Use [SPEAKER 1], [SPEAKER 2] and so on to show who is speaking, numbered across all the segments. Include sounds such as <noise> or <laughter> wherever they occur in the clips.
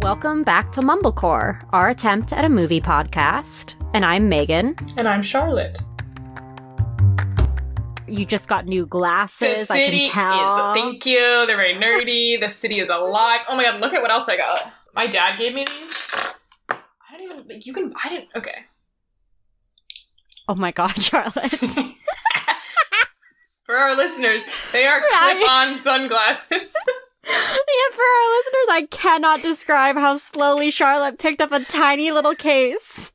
[SPEAKER 1] Welcome back to Mumblecore, our attempt at a movie podcast. And I'm Megan.
[SPEAKER 2] And I'm Charlotte.
[SPEAKER 1] You just got new
[SPEAKER 2] The
[SPEAKER 1] glasses. I
[SPEAKER 2] city
[SPEAKER 1] can
[SPEAKER 2] is
[SPEAKER 1] tell.
[SPEAKER 2] thank you. They're very nerdy. the city is alive. Oh my god, look at what else I got. My dad gave me these. I don't even you can I didn't okay.
[SPEAKER 1] oh my god, <laughs> Charlotte.
[SPEAKER 2] For our listeners, they are
[SPEAKER 1] Right. <laughs>
[SPEAKER 2] clip-on sunglasses.
[SPEAKER 1] yeah, for our listeners, I cannot describe how slowly Charlotte picked up a tiny little case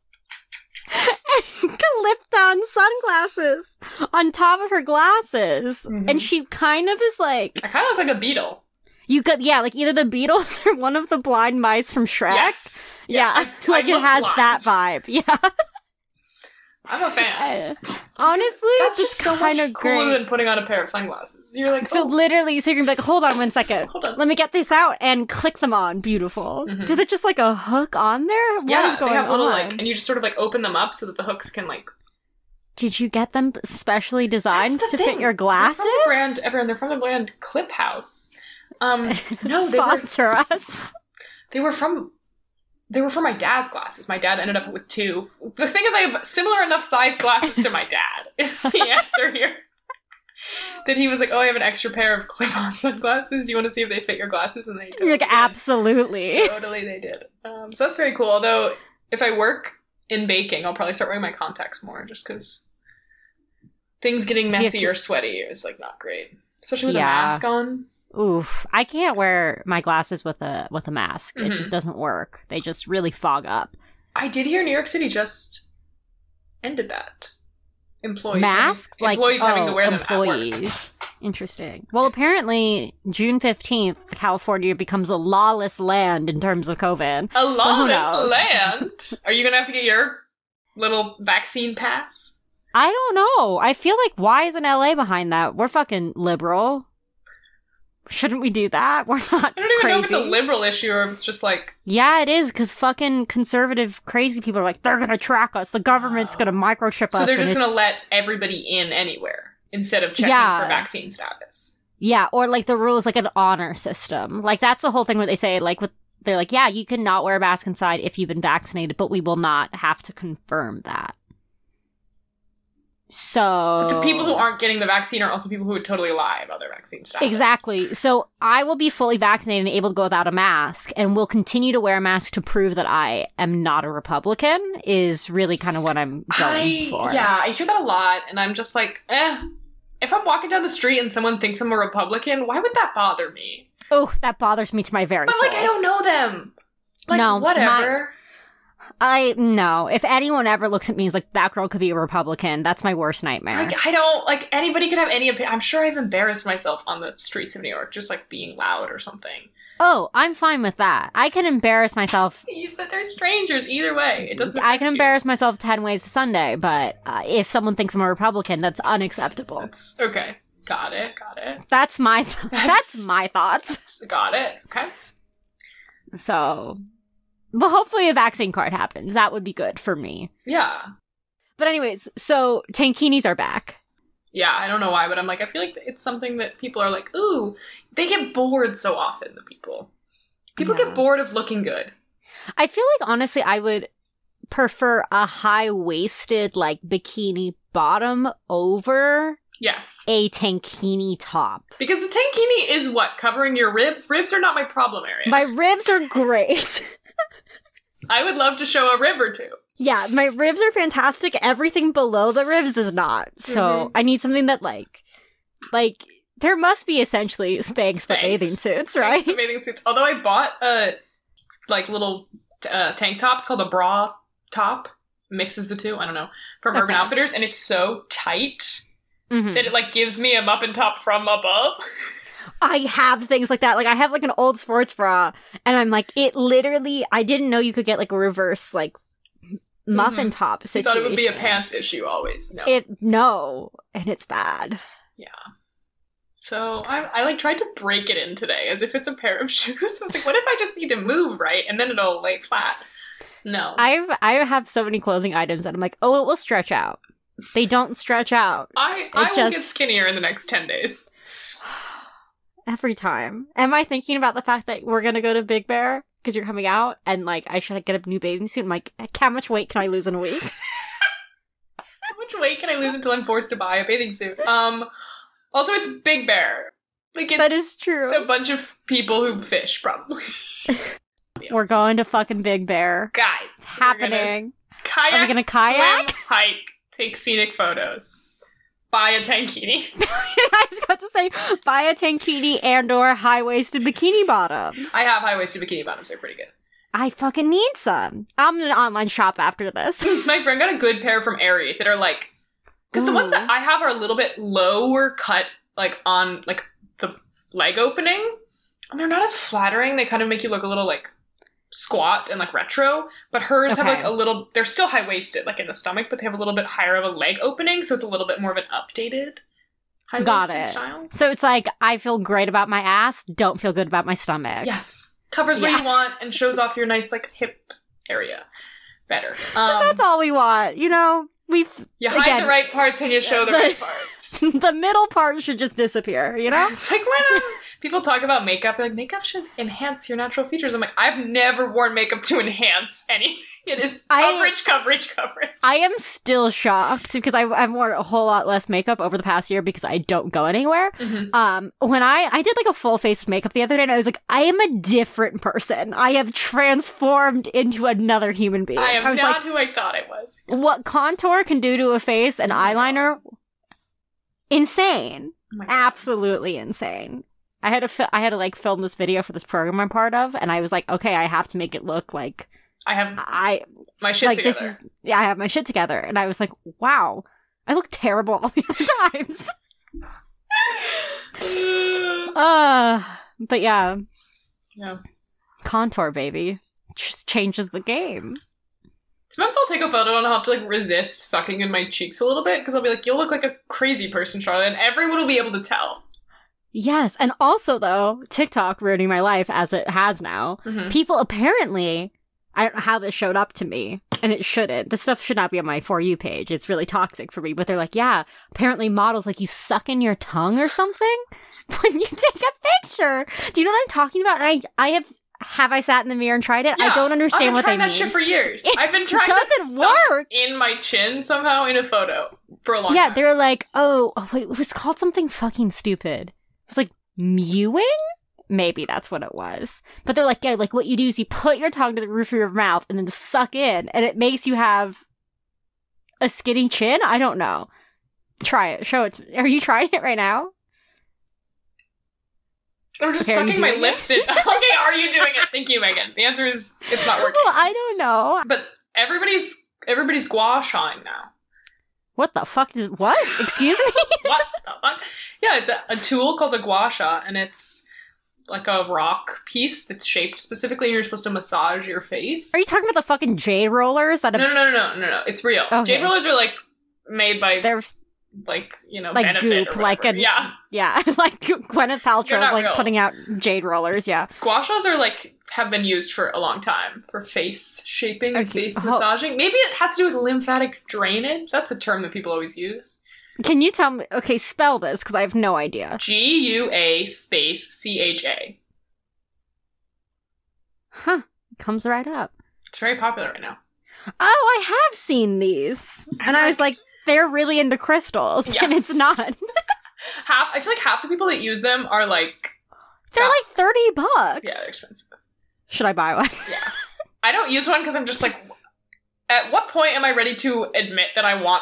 [SPEAKER 1] and <laughs> clipped on sunglasses on top of her glasses.
[SPEAKER 2] Mhm.
[SPEAKER 1] And she kind of is like,
[SPEAKER 2] I kind of look like a beetle.
[SPEAKER 1] you got, yeah, like either the Beatles <laughs> or one of the blind mice from Shrek.
[SPEAKER 2] Yes.
[SPEAKER 1] yeah,
[SPEAKER 2] Yes,
[SPEAKER 1] <laughs>
[SPEAKER 2] I- I
[SPEAKER 1] like it
[SPEAKER 2] look
[SPEAKER 1] has
[SPEAKER 2] blind.
[SPEAKER 1] that vibe. <laughs> Yeah.
[SPEAKER 2] I'm a fan.
[SPEAKER 1] Uh, Honestly,
[SPEAKER 2] That's
[SPEAKER 1] it's
[SPEAKER 2] just so
[SPEAKER 1] kind
[SPEAKER 2] much
[SPEAKER 1] of
[SPEAKER 2] cooler
[SPEAKER 1] great.
[SPEAKER 2] than putting on a pair of sunglasses. You're like,
[SPEAKER 1] So
[SPEAKER 2] oh,
[SPEAKER 1] literally, so you're gonna be like, hold on one second.
[SPEAKER 2] Hold on.
[SPEAKER 1] Let me get this out and click them on. Beautiful.
[SPEAKER 2] Mhm.
[SPEAKER 1] Is it just like a hook on there?
[SPEAKER 2] yeah,
[SPEAKER 1] what is going
[SPEAKER 2] they have
[SPEAKER 1] on?
[SPEAKER 2] little like, and you just sort of like open them up so that the hooks can like
[SPEAKER 1] Did you get them specially designed
[SPEAKER 2] That's
[SPEAKER 1] to
[SPEAKER 2] the
[SPEAKER 1] fit
[SPEAKER 2] thing.
[SPEAKER 1] your glasses?
[SPEAKER 2] They're from the brand, everyone, they're from the brand Clip House.
[SPEAKER 1] <laughs>
[SPEAKER 2] Um, no, they were,
[SPEAKER 1] Sponsor us.
[SPEAKER 2] they were from they were from my dad's glasses. My dad ended up with two. The thing is, I have similar enough size glasses to my dad. <laughs> Is the answer here? that he was like, "Oh, I have an extra pair of clip-on sunglasses. Do you want to see if they fit your glasses?" And <laughs> they
[SPEAKER 1] You're
[SPEAKER 2] totally
[SPEAKER 1] like,
[SPEAKER 2] did.
[SPEAKER 1] absolutely.
[SPEAKER 2] <laughs> Totally, they did. Um, so that's very cool. Although, if I work in baking, I'll probably start wearing my contacts more, just because things getting
[SPEAKER 1] Yes.
[SPEAKER 2] messy or sweaty is like not great, especially with
[SPEAKER 1] Yeah.
[SPEAKER 2] a mask on.
[SPEAKER 1] Oof. I can't wear my glasses with a with a mask. It
[SPEAKER 2] Mm-hmm.
[SPEAKER 1] just doesn't work. They just really fog up.
[SPEAKER 2] I did hear New York City just ended that. Employees
[SPEAKER 1] Masks,
[SPEAKER 2] having,
[SPEAKER 1] like
[SPEAKER 2] employees having to
[SPEAKER 1] oh,
[SPEAKER 2] wear them at work.
[SPEAKER 1] employees. Interesting. Well, apparently, June fifteenth, California becomes a lawless land in terms of COVID.
[SPEAKER 2] A
[SPEAKER 1] knows?
[SPEAKER 2] lawless land. Are you gonna have to get your little vaccine pass?
[SPEAKER 1] I don't know. I feel like why isn't LA behind that? We're fucking liberal. Shouldn't we do that? <laughs> We're not
[SPEAKER 2] I don't even
[SPEAKER 1] crazy.
[SPEAKER 2] know if it's a liberal issue or if it's just like
[SPEAKER 1] yeah, it is because fucking conservative crazy people are like they're gonna track us. The government's
[SPEAKER 2] Oh.
[SPEAKER 1] gonna microchip
[SPEAKER 2] so
[SPEAKER 1] us.
[SPEAKER 2] they're
[SPEAKER 1] and
[SPEAKER 2] just
[SPEAKER 1] it's-
[SPEAKER 2] gonna let everybody in anywhere instead of checking
[SPEAKER 1] Yeah.
[SPEAKER 2] for vaccine status.
[SPEAKER 1] yeah, or like the rules like an honor system. Like that's the whole thing where they say like with they're like yeah you can not wear a mask inside if you've been vaccinated, but we will not have to confirm that. So
[SPEAKER 2] But the people
[SPEAKER 1] Oh.
[SPEAKER 2] who aren't getting the vaccine are also people who would totally lie about their vaccine status.
[SPEAKER 1] Exactly. So I will be fully vaccinated and able to go without a mask and will continue to wear a mask to prove that I am not a Republican is really kind of what I'm going
[SPEAKER 2] I
[SPEAKER 1] for.
[SPEAKER 2] yeah, I hear that a lot, and I'm just like, eh. If I'm walking down the street and someone thinks I'm a Republican, why would that bother me?
[SPEAKER 1] Oh, that bothers me to my very
[SPEAKER 2] But
[SPEAKER 1] soul.
[SPEAKER 2] like, I don't know them. Like,
[SPEAKER 1] No,
[SPEAKER 2] whatever.
[SPEAKER 1] I no. If anyone ever looks at me and is like, that girl could be a Republican, that's my worst nightmare.
[SPEAKER 2] Like, I don't like anybody could have any. Opi- I'm sure I've embarrassed myself on the streets of New York just like being loud or something.
[SPEAKER 1] oh, I'm fine with that. I can embarrass myself.
[SPEAKER 2] But they're strangers either way. It doesn't.
[SPEAKER 1] I can
[SPEAKER 2] affect you.
[SPEAKER 1] embarrass myself 10 ways to Sunday, but uh, if someone thinks I'm a Republican, that's unacceptable.
[SPEAKER 2] That's okay. Got it. Got it.
[SPEAKER 1] That's my <laughs> that's my thoughts.
[SPEAKER 2] Got it. Okay.
[SPEAKER 1] So, well, hopefully a vaccine card happens. That would be good for me.
[SPEAKER 2] Yeah.
[SPEAKER 1] But anyways, so tankinis are back.
[SPEAKER 2] Yeah. I don't know why, but I'm like, I feel like it's something that people are like, ooh, they get bored so often. The people, people
[SPEAKER 1] Yeah.
[SPEAKER 2] get bored of looking good.
[SPEAKER 1] I feel like honestly, I would prefer a high waisted like bikini bottom over
[SPEAKER 2] Yes,
[SPEAKER 1] a tankini top.
[SPEAKER 2] because the tankini is what covering your ribs. Ribs are not my problem area.
[SPEAKER 1] My ribs are great. <laughs>
[SPEAKER 2] I would love to show a rib or two.
[SPEAKER 1] yeah, my ribs are fantastic. Everything below the ribs is not. So
[SPEAKER 2] Mhm.
[SPEAKER 1] I need something that like, like there must be essentially Spanx, but
[SPEAKER 2] Spanx.
[SPEAKER 1] bathing suits, <laughs>
[SPEAKER 2] <laughs>
[SPEAKER 1] right?
[SPEAKER 2] It's Bathing suits. Although I bought a like little uh, tank top. It's called a bra top. Mixes the two. I don't know from Urban
[SPEAKER 1] Okay.
[SPEAKER 2] Outfitters, and it's so tight
[SPEAKER 1] Mhm.
[SPEAKER 2] that it like gives me a muffin top from above. <laughs>
[SPEAKER 1] I have things like that. Like I have like an old sports bra, and I'm like, it literally. I didn't know you could get like a reverse like muffin top
[SPEAKER 2] I
[SPEAKER 1] situation.
[SPEAKER 2] Mm-hmm. thought it would be a pants issue always. No.
[SPEAKER 1] It no, and it's bad.
[SPEAKER 2] so I, I like tried to break it in today as if it's a pair of <laughs> shoes. I was like, what if I just need to move right and then it'll lay flat? No.
[SPEAKER 1] I've I have so many clothing items that I'm like, oh, it will stretch out. They don't stretch out
[SPEAKER 2] I, I
[SPEAKER 1] it
[SPEAKER 2] will get
[SPEAKER 1] just-
[SPEAKER 2] skinnier in the next 10 days.
[SPEAKER 1] every time. Am I thinking about the fact that we're gonna go to Big Bear because you're coming out, and like I should get a new bathing suit. I'm like, "Heck, how much weight can I lose in a
[SPEAKER 2] <laughs>
[SPEAKER 1] week?
[SPEAKER 2] How much weight can I lose until I'm forced to buy a bathing suit? Um, also, it's Big Bear. Like it's
[SPEAKER 1] that is true.
[SPEAKER 2] a bunch of people who fish, probably. <laughs>
[SPEAKER 1] We're going to fucking Big Bear.
[SPEAKER 2] Guys,
[SPEAKER 1] It's
[SPEAKER 2] we're gonna
[SPEAKER 1] happening. <laughs>
[SPEAKER 2] Kayak,
[SPEAKER 1] Are we gonna kayak?
[SPEAKER 2] swim, hike, take scenic photos, buy a tankini.
[SPEAKER 1] I was about to say, buy a tankini and or high waisted bikini bottoms.
[SPEAKER 2] I have high waisted bikini bottoms; they're pretty good. <laughs>
[SPEAKER 1] I fucking need some. I'm gonna online shop after this. <laughs>
[SPEAKER 2] My friend got a good pair from Aerie that are like, because the ones
[SPEAKER 1] Ooh.
[SPEAKER 2] that I have are a little bit lower cut, like on like the leg opening, and they're not as flattering. They kind of make you look a little like squat and like retro. But hers have
[SPEAKER 1] Okay.
[SPEAKER 2] like a little. They're still high waisted, like in the stomach, but they have a little bit higher of a leg opening, so it's a little bit more of an updated high
[SPEAKER 1] Got
[SPEAKER 2] waisted
[SPEAKER 1] it.
[SPEAKER 2] style.
[SPEAKER 1] So it's like I feel great about my ass, don't feel good about my stomach.
[SPEAKER 2] Yes, covers what
[SPEAKER 1] Yeah.
[SPEAKER 2] you want and shows off your nice like hip area
[SPEAKER 1] <laughs>
[SPEAKER 2] better. Um,
[SPEAKER 1] 'Cause that's all we want, you know. We
[SPEAKER 2] you hide
[SPEAKER 1] again-
[SPEAKER 2] the right parts and you show
[SPEAKER 1] <laughs>
[SPEAKER 2] the right
[SPEAKER 1] The- <laughs>
[SPEAKER 2] parts.
[SPEAKER 1] the middle part should just disappear, you know.
[SPEAKER 2] It's like when um, people talk about makeup, they're like makeup should enhance your natural features. I'm like, I've never worn makeup to enhance anything. It is
[SPEAKER 1] I-
[SPEAKER 2] coverage, coverage, coverage.
[SPEAKER 1] I am still shocked because I've, I've worn a whole lot less makeup over the past year because I don't go anywhere. Um, when I I did like a full face of makeup the other day, and I was like, I am a different person. I have transformed into another human being.
[SPEAKER 2] I am
[SPEAKER 1] was
[SPEAKER 2] not
[SPEAKER 1] like,
[SPEAKER 2] who I thought I was.
[SPEAKER 1] what contour can do to a face and
[SPEAKER 2] Oh my
[SPEAKER 1] eyeliner, insane.
[SPEAKER 2] Oh my God.
[SPEAKER 1] absolutely insane. I had to fi- I had to like film this video for this program I'm part of, and I was like, okay, I have to make it look like
[SPEAKER 2] I have
[SPEAKER 1] I
[SPEAKER 2] my shit
[SPEAKER 1] like
[SPEAKER 2] together.
[SPEAKER 1] this is yeah, I have my shit together, and I was like, wow, I look terrible all <laughs> the other
[SPEAKER 2] <laughs>
[SPEAKER 1] times. uh, but yeah,
[SPEAKER 2] yeah.
[SPEAKER 1] contour baby just changes the game.
[SPEAKER 2] <sighs> Sometimes I'll take a photo and I'll have to like resist sucking in my cheeks a little bit because I'll be like, "You'll look like a crazy person, Charlotte," and everyone will be able to tell.
[SPEAKER 1] Yes, and also though TikTok ruining my life as it has now.
[SPEAKER 2] Mhm.
[SPEAKER 1] people apparently I don't know how this showed up to me, and it shouldn't. This stuff should not be on my For You page. It's really toxic for me. But they're like, yeah, apparently models like you suck in your tongue or something <laughs> when you take a picture. Do you know what I'm talking about? And I, I have, have I sat in the mirror and tried it?
[SPEAKER 2] Yeah,
[SPEAKER 1] I don't understand
[SPEAKER 2] I've been
[SPEAKER 1] what they
[SPEAKER 2] trying
[SPEAKER 1] mean.
[SPEAKER 2] that shit
[SPEAKER 1] <laughs>
[SPEAKER 2] for years.
[SPEAKER 1] It
[SPEAKER 2] I've been
[SPEAKER 1] it
[SPEAKER 2] trying to
[SPEAKER 1] doesn't
[SPEAKER 2] suck
[SPEAKER 1] work.
[SPEAKER 2] in my chin somehow in a photo for a long
[SPEAKER 1] Yeah,
[SPEAKER 2] time.
[SPEAKER 1] they were like, oh, oh, wait, it was called something fucking stupid. It was like mewing? Maybe that's what it was. But they're like, yeah, like what you do is you put your tongue to the roof of your mouth and then suck in, and it makes you have a skinny chin? I don't know. Try it. Show it. Are you trying it right now?
[SPEAKER 2] Or just
[SPEAKER 1] Okay, are you
[SPEAKER 2] sucking my
[SPEAKER 1] doing
[SPEAKER 2] lips in. <laughs> okay, are you doing it? Thank you, Megan. The answer is it's not working.
[SPEAKER 1] Well, I don't know.
[SPEAKER 2] But everybody's everybody's gua shaing now.
[SPEAKER 1] What the fuck is what? Excuse me?
[SPEAKER 2] What the <laughs> fuck? Yeah, it's a, a tool called a gua sha, and it's like a rock piece that's shaped specifically, and you're supposed to massage your face.
[SPEAKER 1] Are you talking about the fucking J rollers that
[SPEAKER 2] no,
[SPEAKER 1] have,
[SPEAKER 2] no, no, no, no, no. It's real.
[SPEAKER 1] Okay.
[SPEAKER 2] Jade rollers are like made by
[SPEAKER 1] they're
[SPEAKER 2] like you know
[SPEAKER 1] like
[SPEAKER 2] benefit
[SPEAKER 1] goop,
[SPEAKER 2] or
[SPEAKER 1] like
[SPEAKER 2] whatever.
[SPEAKER 1] an-
[SPEAKER 2] yeah.
[SPEAKER 1] yeah, <laughs> like Gwyneth Paltrow's
[SPEAKER 2] not
[SPEAKER 1] like
[SPEAKER 2] real.
[SPEAKER 1] putting out jade rollers, yeah.
[SPEAKER 2] Gua shas are like have been used for a long time for face shaping and
[SPEAKER 1] Okay,
[SPEAKER 2] face
[SPEAKER 1] how-
[SPEAKER 2] massaging. Maybe it has to do with lymphatic drainage. That's a term that people always use.
[SPEAKER 1] Can you tell me? Okay, spell this because I have no idea.
[SPEAKER 2] G U A space C H A.
[SPEAKER 1] Huh? Comes right up.
[SPEAKER 2] It's very popular right now.
[SPEAKER 1] Oh, I have seen these, and I was like, they're really into crystals,
[SPEAKER 2] Yeah.
[SPEAKER 1] and it's not. <laughs> They're
[SPEAKER 2] Half I feel like half the people that use them are like Yeah.
[SPEAKER 1] like thirty bucks.
[SPEAKER 2] yeah, they're expensive.
[SPEAKER 1] Should I buy one? <laughs>
[SPEAKER 2] Yeah. I don't use one because I'm just like at what point am I ready to admit that I want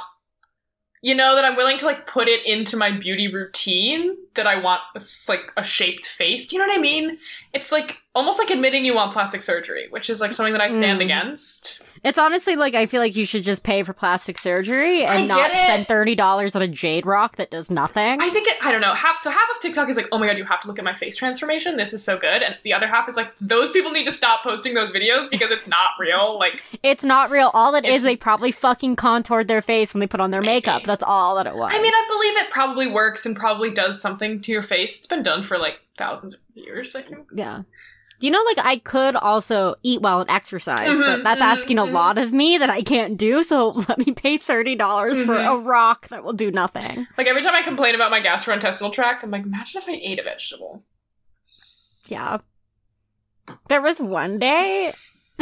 [SPEAKER 2] you know that I'm willing to like put it into my beauty routine that I want a s like a shaped face. Do you know what I mean? It's like almost like admitting you want plastic surgery, which is like something that I stand
[SPEAKER 1] Mm.
[SPEAKER 2] against.
[SPEAKER 1] It's honestly like I feel like you should just pay for plastic surgery
[SPEAKER 2] I
[SPEAKER 1] and not
[SPEAKER 2] get it.
[SPEAKER 1] spend thirty dollars on a jade rock that does nothing.
[SPEAKER 2] I think it, I don't know. Half so half of TikTok is like, oh my god, you have to look at my face transformation. This is so good, and the other half is like, those people need to stop posting those videos because it's not real. Like,
[SPEAKER 1] it's not real. All it
[SPEAKER 2] It's-
[SPEAKER 1] is, they probably fucking contoured their face when they put on their
[SPEAKER 2] Maybe.
[SPEAKER 1] makeup. That's all that it was.
[SPEAKER 2] I mean, I believe it probably works and probably does something to your face. It's been done for like thousands of years, I think.
[SPEAKER 1] Yeah. You know, like I could also eat well and exercise, but
[SPEAKER 2] Mhm,
[SPEAKER 1] that's
[SPEAKER 2] mhm,
[SPEAKER 1] asking a
[SPEAKER 2] mhm.
[SPEAKER 1] lot of me that I can't do. So <laughs> let me pay thirty dollars for a
[SPEAKER 2] Mhm.
[SPEAKER 1] rock that will do nothing.
[SPEAKER 2] Like every time I complain about my gastrointestinal tract, I'm like, imagine if I ate a vegetable.
[SPEAKER 1] Yeah, There was one day <laughs>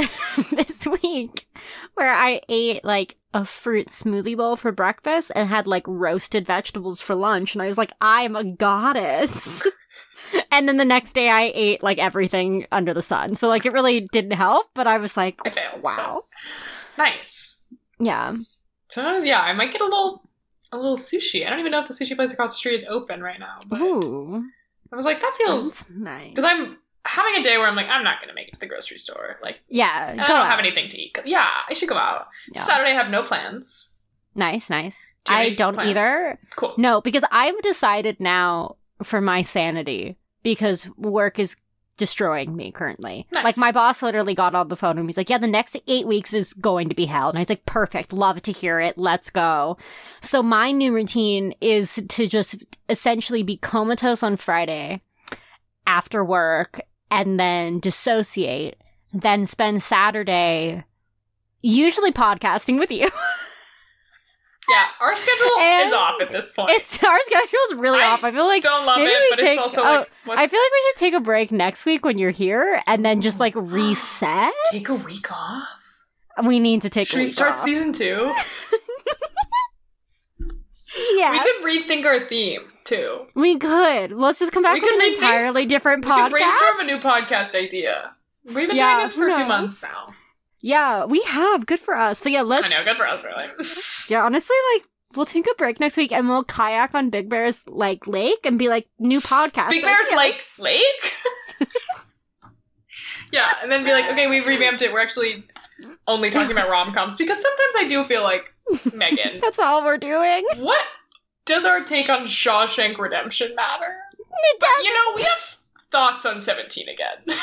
[SPEAKER 1] this week where I ate like a fruit smoothie bowl for breakfast and had like roasted vegetables for lunch. And I was like, I'm a goddess. <laughs> and then the next day I ate like everything under the sun. So like it really didn't help, but I was like,
[SPEAKER 2] I failed.
[SPEAKER 1] wow.
[SPEAKER 2] Nice.
[SPEAKER 1] Yeah.
[SPEAKER 2] Sometimes, yeah, I might get a little, a little sushi. I don't even know if the sushi place across the street is open right now. But
[SPEAKER 1] Ooh.
[SPEAKER 2] I was like, that feels
[SPEAKER 1] that's nice.
[SPEAKER 2] because I'm having a day where I'm like, I'm not gonna make it to the grocery store. Like,
[SPEAKER 1] Yeah.
[SPEAKER 2] and
[SPEAKER 1] Go
[SPEAKER 2] I don't
[SPEAKER 1] out.
[SPEAKER 2] have anything to eat. Yeah, I should go out.
[SPEAKER 1] Yeah.
[SPEAKER 2] Saturday, I have no plans.
[SPEAKER 1] Nice, nice.
[SPEAKER 2] Do you have
[SPEAKER 1] I
[SPEAKER 2] any
[SPEAKER 1] don't
[SPEAKER 2] plans?
[SPEAKER 1] either.
[SPEAKER 2] Cool.
[SPEAKER 1] No, because I've decided now for my sanity because work is destroying me currently.
[SPEAKER 2] Nice.
[SPEAKER 1] Like my boss literally got on the phone and he's like, "Yeah, the next 8 weeks is going to be hell." And I was like, "Perfect. Love to hear it. Let's go." So my new routine is to just essentially be comatose on Friday after work and then dissociate, then spend Saturday usually podcasting with you. <laughs>
[SPEAKER 2] Yeah, our schedule
[SPEAKER 1] And
[SPEAKER 2] is off at this point.
[SPEAKER 1] It's our schedule's really
[SPEAKER 2] I
[SPEAKER 1] off. I feel like
[SPEAKER 2] <laughs> don't love
[SPEAKER 1] maybe
[SPEAKER 2] it,
[SPEAKER 1] we
[SPEAKER 2] but
[SPEAKER 1] take-
[SPEAKER 2] it's also
[SPEAKER 1] oh,
[SPEAKER 2] like what's,
[SPEAKER 1] I feel like we should take a break next week when you're here and then just like reset.
[SPEAKER 2] take a week off.
[SPEAKER 1] We need to take
[SPEAKER 2] Should
[SPEAKER 1] a
[SPEAKER 2] we
[SPEAKER 1] week
[SPEAKER 2] start
[SPEAKER 1] off.
[SPEAKER 2] season two? We
[SPEAKER 1] Yes.
[SPEAKER 2] could rethink our theme too.
[SPEAKER 1] We could. Let's just come back
[SPEAKER 2] We
[SPEAKER 1] with
[SPEAKER 2] could
[SPEAKER 1] an
[SPEAKER 2] rethink-
[SPEAKER 1] entirely different
[SPEAKER 2] We could brainstorm a
[SPEAKER 1] podcast.
[SPEAKER 2] new podcast idea. We've been
[SPEAKER 1] Yeah,
[SPEAKER 2] doing this for
[SPEAKER 1] who
[SPEAKER 2] a few
[SPEAKER 1] knows?
[SPEAKER 2] months now.
[SPEAKER 1] Yeah, we have. Good for us. But yeah, let's
[SPEAKER 2] I know, good for us, really.
[SPEAKER 1] Yeah, honestly, like we'll take a break next week and we'll kayak on Big Bear's like lake and be like new podcast.
[SPEAKER 2] Big Bear's like
[SPEAKER 1] ideas.
[SPEAKER 2] Lake? <laughs> yeah, and then be like, okay, we've revamped it. We're actually only talking about rom coms because sometimes I do feel like, Megan,
[SPEAKER 1] <laughs> That's all we're doing. <laughs>
[SPEAKER 2] what does our take on Shawshank Redemption matter?
[SPEAKER 1] It does
[SPEAKER 2] You know, we have thoughts on 17 again.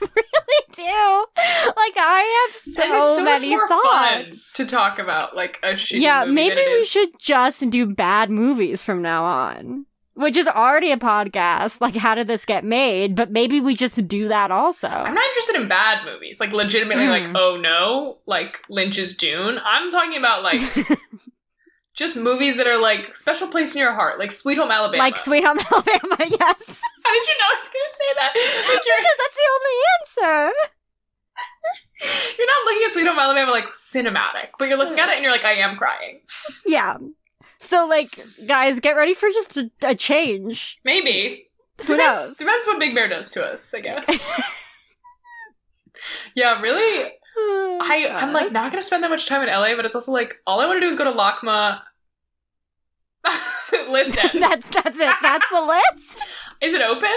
[SPEAKER 1] really do. Like I have so,
[SPEAKER 2] and it's so
[SPEAKER 1] many
[SPEAKER 2] much more
[SPEAKER 1] thoughts.
[SPEAKER 2] fun to talk about, like, a shitty
[SPEAKER 1] yeah,
[SPEAKER 2] movie
[SPEAKER 1] maybe
[SPEAKER 2] than it
[SPEAKER 1] we
[SPEAKER 2] is-
[SPEAKER 1] should just do bad movies from now on, which is already a podcast. Like, how did this get made? But maybe we just do that also.
[SPEAKER 2] I'm not interested in bad movies. Like, legitimately, like,
[SPEAKER 1] Mm.
[SPEAKER 2] oh no, like Lynch's Dune. I'm talking
[SPEAKER 1] <laughs>
[SPEAKER 2] about, like, just movies that are, like, special place in your heart, like Sweet Home Alabama.
[SPEAKER 1] like Sweet Home Alabama, <laughs> yes,
[SPEAKER 2] <laughs> How did you know I was going to say that? Like,
[SPEAKER 1] because <laughs> that's the only answer.
[SPEAKER 2] you're, you're not looking at Sweet Home Alabama, like, cinematic, but you're looking at it and you're like, I am crying.
[SPEAKER 1] Yeah. So, like, guys, get ready for just a, a change.
[SPEAKER 2] Maybe.
[SPEAKER 1] Who
[SPEAKER 2] Depends-
[SPEAKER 1] knows?
[SPEAKER 2] Depends what Big Bear does to us, I guess.
[SPEAKER 1] <laughs>
[SPEAKER 2] yeah, really.
[SPEAKER 1] Oh,
[SPEAKER 2] I, I'm like
[SPEAKER 1] God.
[SPEAKER 2] not gonna spend that much time in LA, but it's also like all I want to do is go to Lakma.
[SPEAKER 1] <laughs>
[SPEAKER 2] <laughs>
[SPEAKER 1] <sighs>
[SPEAKER 2] Listen,
[SPEAKER 1] that's that's it. That's
[SPEAKER 2] <laughs>
[SPEAKER 1] the list.
[SPEAKER 2] is it open?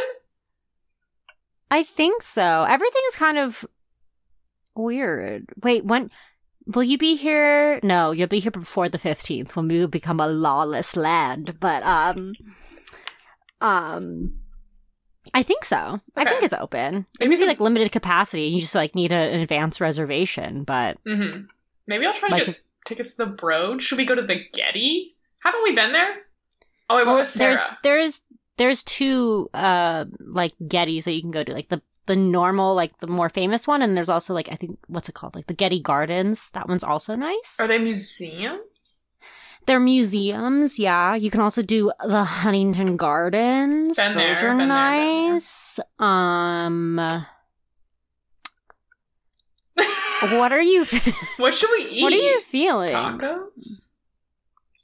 [SPEAKER 1] I think so. Everything's kind of weird. Wait, when will you be here? No, you'll be here before the 15th when we become a lawless land, but um um I think so. I
[SPEAKER 2] Okay.
[SPEAKER 1] think it's open. It
[SPEAKER 2] Maybe
[SPEAKER 1] may be
[SPEAKER 2] the-
[SPEAKER 1] like limited capacity. You just like need a, an advance reservation, but
[SPEAKER 2] Mm-hmm. Maybe I'll try to
[SPEAKER 1] Like
[SPEAKER 2] get
[SPEAKER 1] if-
[SPEAKER 2] tickets to the Broad. Should we go to the Getty? Haven't we been there? Oh, I went with Sarah.
[SPEAKER 1] there's there's there's two uh like Gettys that you can go to, like the the normal like the more famous one, and there's also like I think what's it called like the Getty Gardens. That one's also nice.
[SPEAKER 2] Are they museum?
[SPEAKER 1] They're museums, yeah. You can also do the Huntington Gardens.
[SPEAKER 2] Been
[SPEAKER 1] Those
[SPEAKER 2] there,
[SPEAKER 1] are
[SPEAKER 2] been there, been there.
[SPEAKER 1] nice. Um what are you
[SPEAKER 2] <laughs> what should we eat?
[SPEAKER 1] What are you feeling?
[SPEAKER 2] Tacos.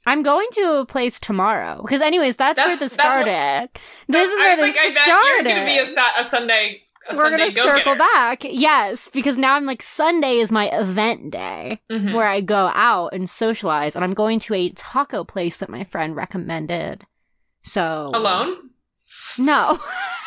[SPEAKER 1] I'm going to a place tomorrow because anyways, that's, where
[SPEAKER 2] That's-
[SPEAKER 1] this
[SPEAKER 2] that's what-
[SPEAKER 1] started. this is
[SPEAKER 2] I
[SPEAKER 1] where
[SPEAKER 2] was
[SPEAKER 1] this
[SPEAKER 2] like, I bet
[SPEAKER 1] started.
[SPEAKER 2] You're gonna be a, sa- a Sunday. A
[SPEAKER 1] We're
[SPEAKER 2] Sunday
[SPEAKER 1] gonna
[SPEAKER 2] go-getter.
[SPEAKER 1] circle back. Yes, because now I'm like Sunday is my event day.
[SPEAKER 2] Mhm.
[SPEAKER 1] where I go out and socialize, and I'm going to a taco place that my friend recommended. So
[SPEAKER 2] Alone?
[SPEAKER 1] No,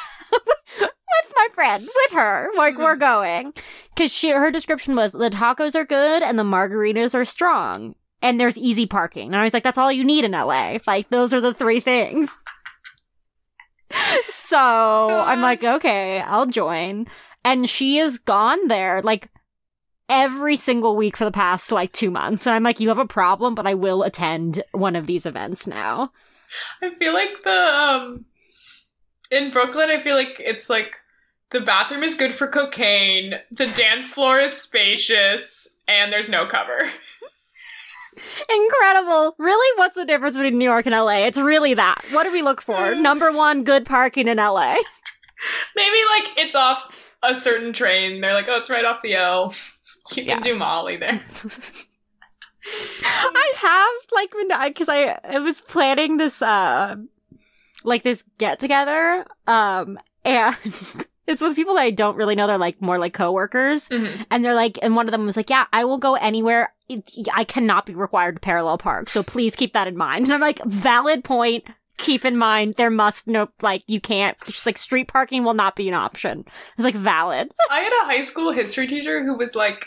[SPEAKER 1] <laughs> with my friend, with her, like
[SPEAKER 2] Mhm.
[SPEAKER 1] we're going because she her description was the tacos are good and the margaritas are strong. And there's easy parking. And I was like, that's all you need in LA. Like, those are the three things. <laughs> so I'm like, okay, I'll join. And she has gone there like every single week for the past like two months. And I'm like, you have a problem, but I will attend one of these events now.
[SPEAKER 2] I feel like the um in Brooklyn I feel like it's like the bathroom is good for cocaine, the dance floor is spacious, and there's no cover. <laughs>
[SPEAKER 1] Incredible. Really, what's the difference between New York and LA? It's really that. What do we look for? Number one, good parking in LA.
[SPEAKER 2] Maybe like it's off a certain train. They're like, oh, it's right off the L. You
[SPEAKER 1] Yeah.
[SPEAKER 2] can do Molly there.
[SPEAKER 1] I have like been because I I was planning this uh like this get together um and <laughs> it's with people that I don't really know. They're like more like coworkers,
[SPEAKER 2] Mm-hmm.
[SPEAKER 1] and they're like, and one of them was like, "Yeah, I will go anywhere. It- I cannot be required to parallel park, so please keep that in mind." And I'm like, valid point. Keep in mind, there must no like you can't just like street parking will not be an option. It's like valid.
[SPEAKER 2] I had a high school history teacher who was like,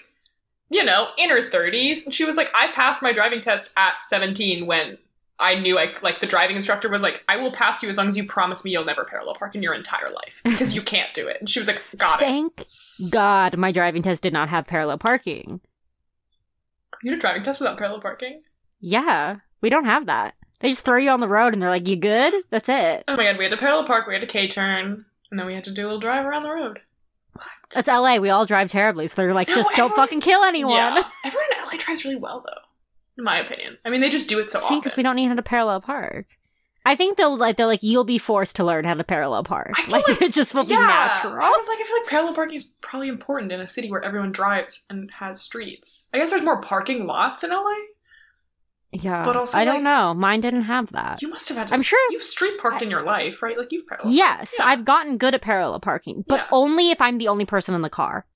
[SPEAKER 2] you know, in her 30s. And she was like, I passed my driving test at 17 when I knew I, like, the driving instructor was like, I will pass you as long as you promise me you'll never parallel park in your entire life because you can't do it. And she was like, got it.
[SPEAKER 1] Thank God my driving test did not have parallel parking.
[SPEAKER 2] You did a driving test without parallel parking?
[SPEAKER 1] Yeah, we don't have that. They just throw you on the road and they're like, "You good?" That's it.
[SPEAKER 2] Oh my god, we had to parallel park, we had to K turn, and then we had to do a little drive around the road.
[SPEAKER 1] That's L.A. We all drive terribly, so they're like,
[SPEAKER 2] No,
[SPEAKER 1] "Just don't
[SPEAKER 2] everyone-
[SPEAKER 1] fucking kill anyone."
[SPEAKER 2] Yeah. Everyone in LA drives really well, though, in my opinion. I mean, they just do it so
[SPEAKER 1] See,
[SPEAKER 2] often.
[SPEAKER 1] because we don't need how to parallel park. I think they'll like they're like you'll be forced to learn how to parallel park.
[SPEAKER 2] I feel
[SPEAKER 1] Like, <laughs> it just will
[SPEAKER 2] yeah,
[SPEAKER 1] be natural.
[SPEAKER 2] I was like, I feel like parallel parking is probably important in a city where everyone drives and has streets. I guess there's more parking lots in LA.
[SPEAKER 1] Yeah,
[SPEAKER 2] But also,
[SPEAKER 1] I don't
[SPEAKER 2] like-
[SPEAKER 1] know. Mine didn't have that.
[SPEAKER 2] You must have had.
[SPEAKER 1] I'm sure-
[SPEAKER 2] you've street parked in your life, right? Like you've parallel.
[SPEAKER 1] Yes,
[SPEAKER 2] Yeah.
[SPEAKER 1] I've gotten good at parallel parking, but
[SPEAKER 2] Yeah.
[SPEAKER 1] only if I'm the only person in the car.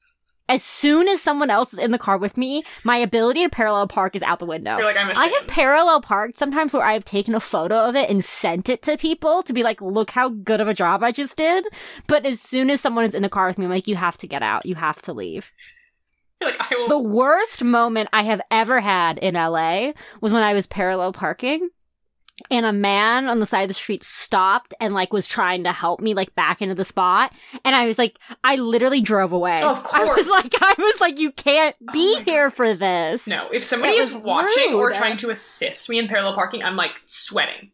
[SPEAKER 1] As soon as someone else is in the car with me, my ability to parallel park is out the window.
[SPEAKER 2] You're like I'm.
[SPEAKER 1] I
[SPEAKER 2] Ashamed.
[SPEAKER 1] have parallel parked sometimes where I have taken a photo of it and sent it to people to be like, look how good of a job I just did. But as soon as someone is in the car with me, I'm like, you have to get out. You have to leave.
[SPEAKER 2] You're like I will.
[SPEAKER 1] The worst moment I have ever had in LA was when I was parallel parking and a man on the side of the street stopped and like was trying to help me like back into the spot. And I was like, I literally drove away.
[SPEAKER 2] Of
[SPEAKER 1] I was
[SPEAKER 2] course. Oh
[SPEAKER 1] like, I was like, you can't be
[SPEAKER 2] my God.
[SPEAKER 1] here for this.
[SPEAKER 2] no, if somebody
[SPEAKER 1] It
[SPEAKER 2] is
[SPEAKER 1] was
[SPEAKER 2] watching or
[SPEAKER 1] rude.
[SPEAKER 2] trying to assist me in parallel parking, I'm like sweating.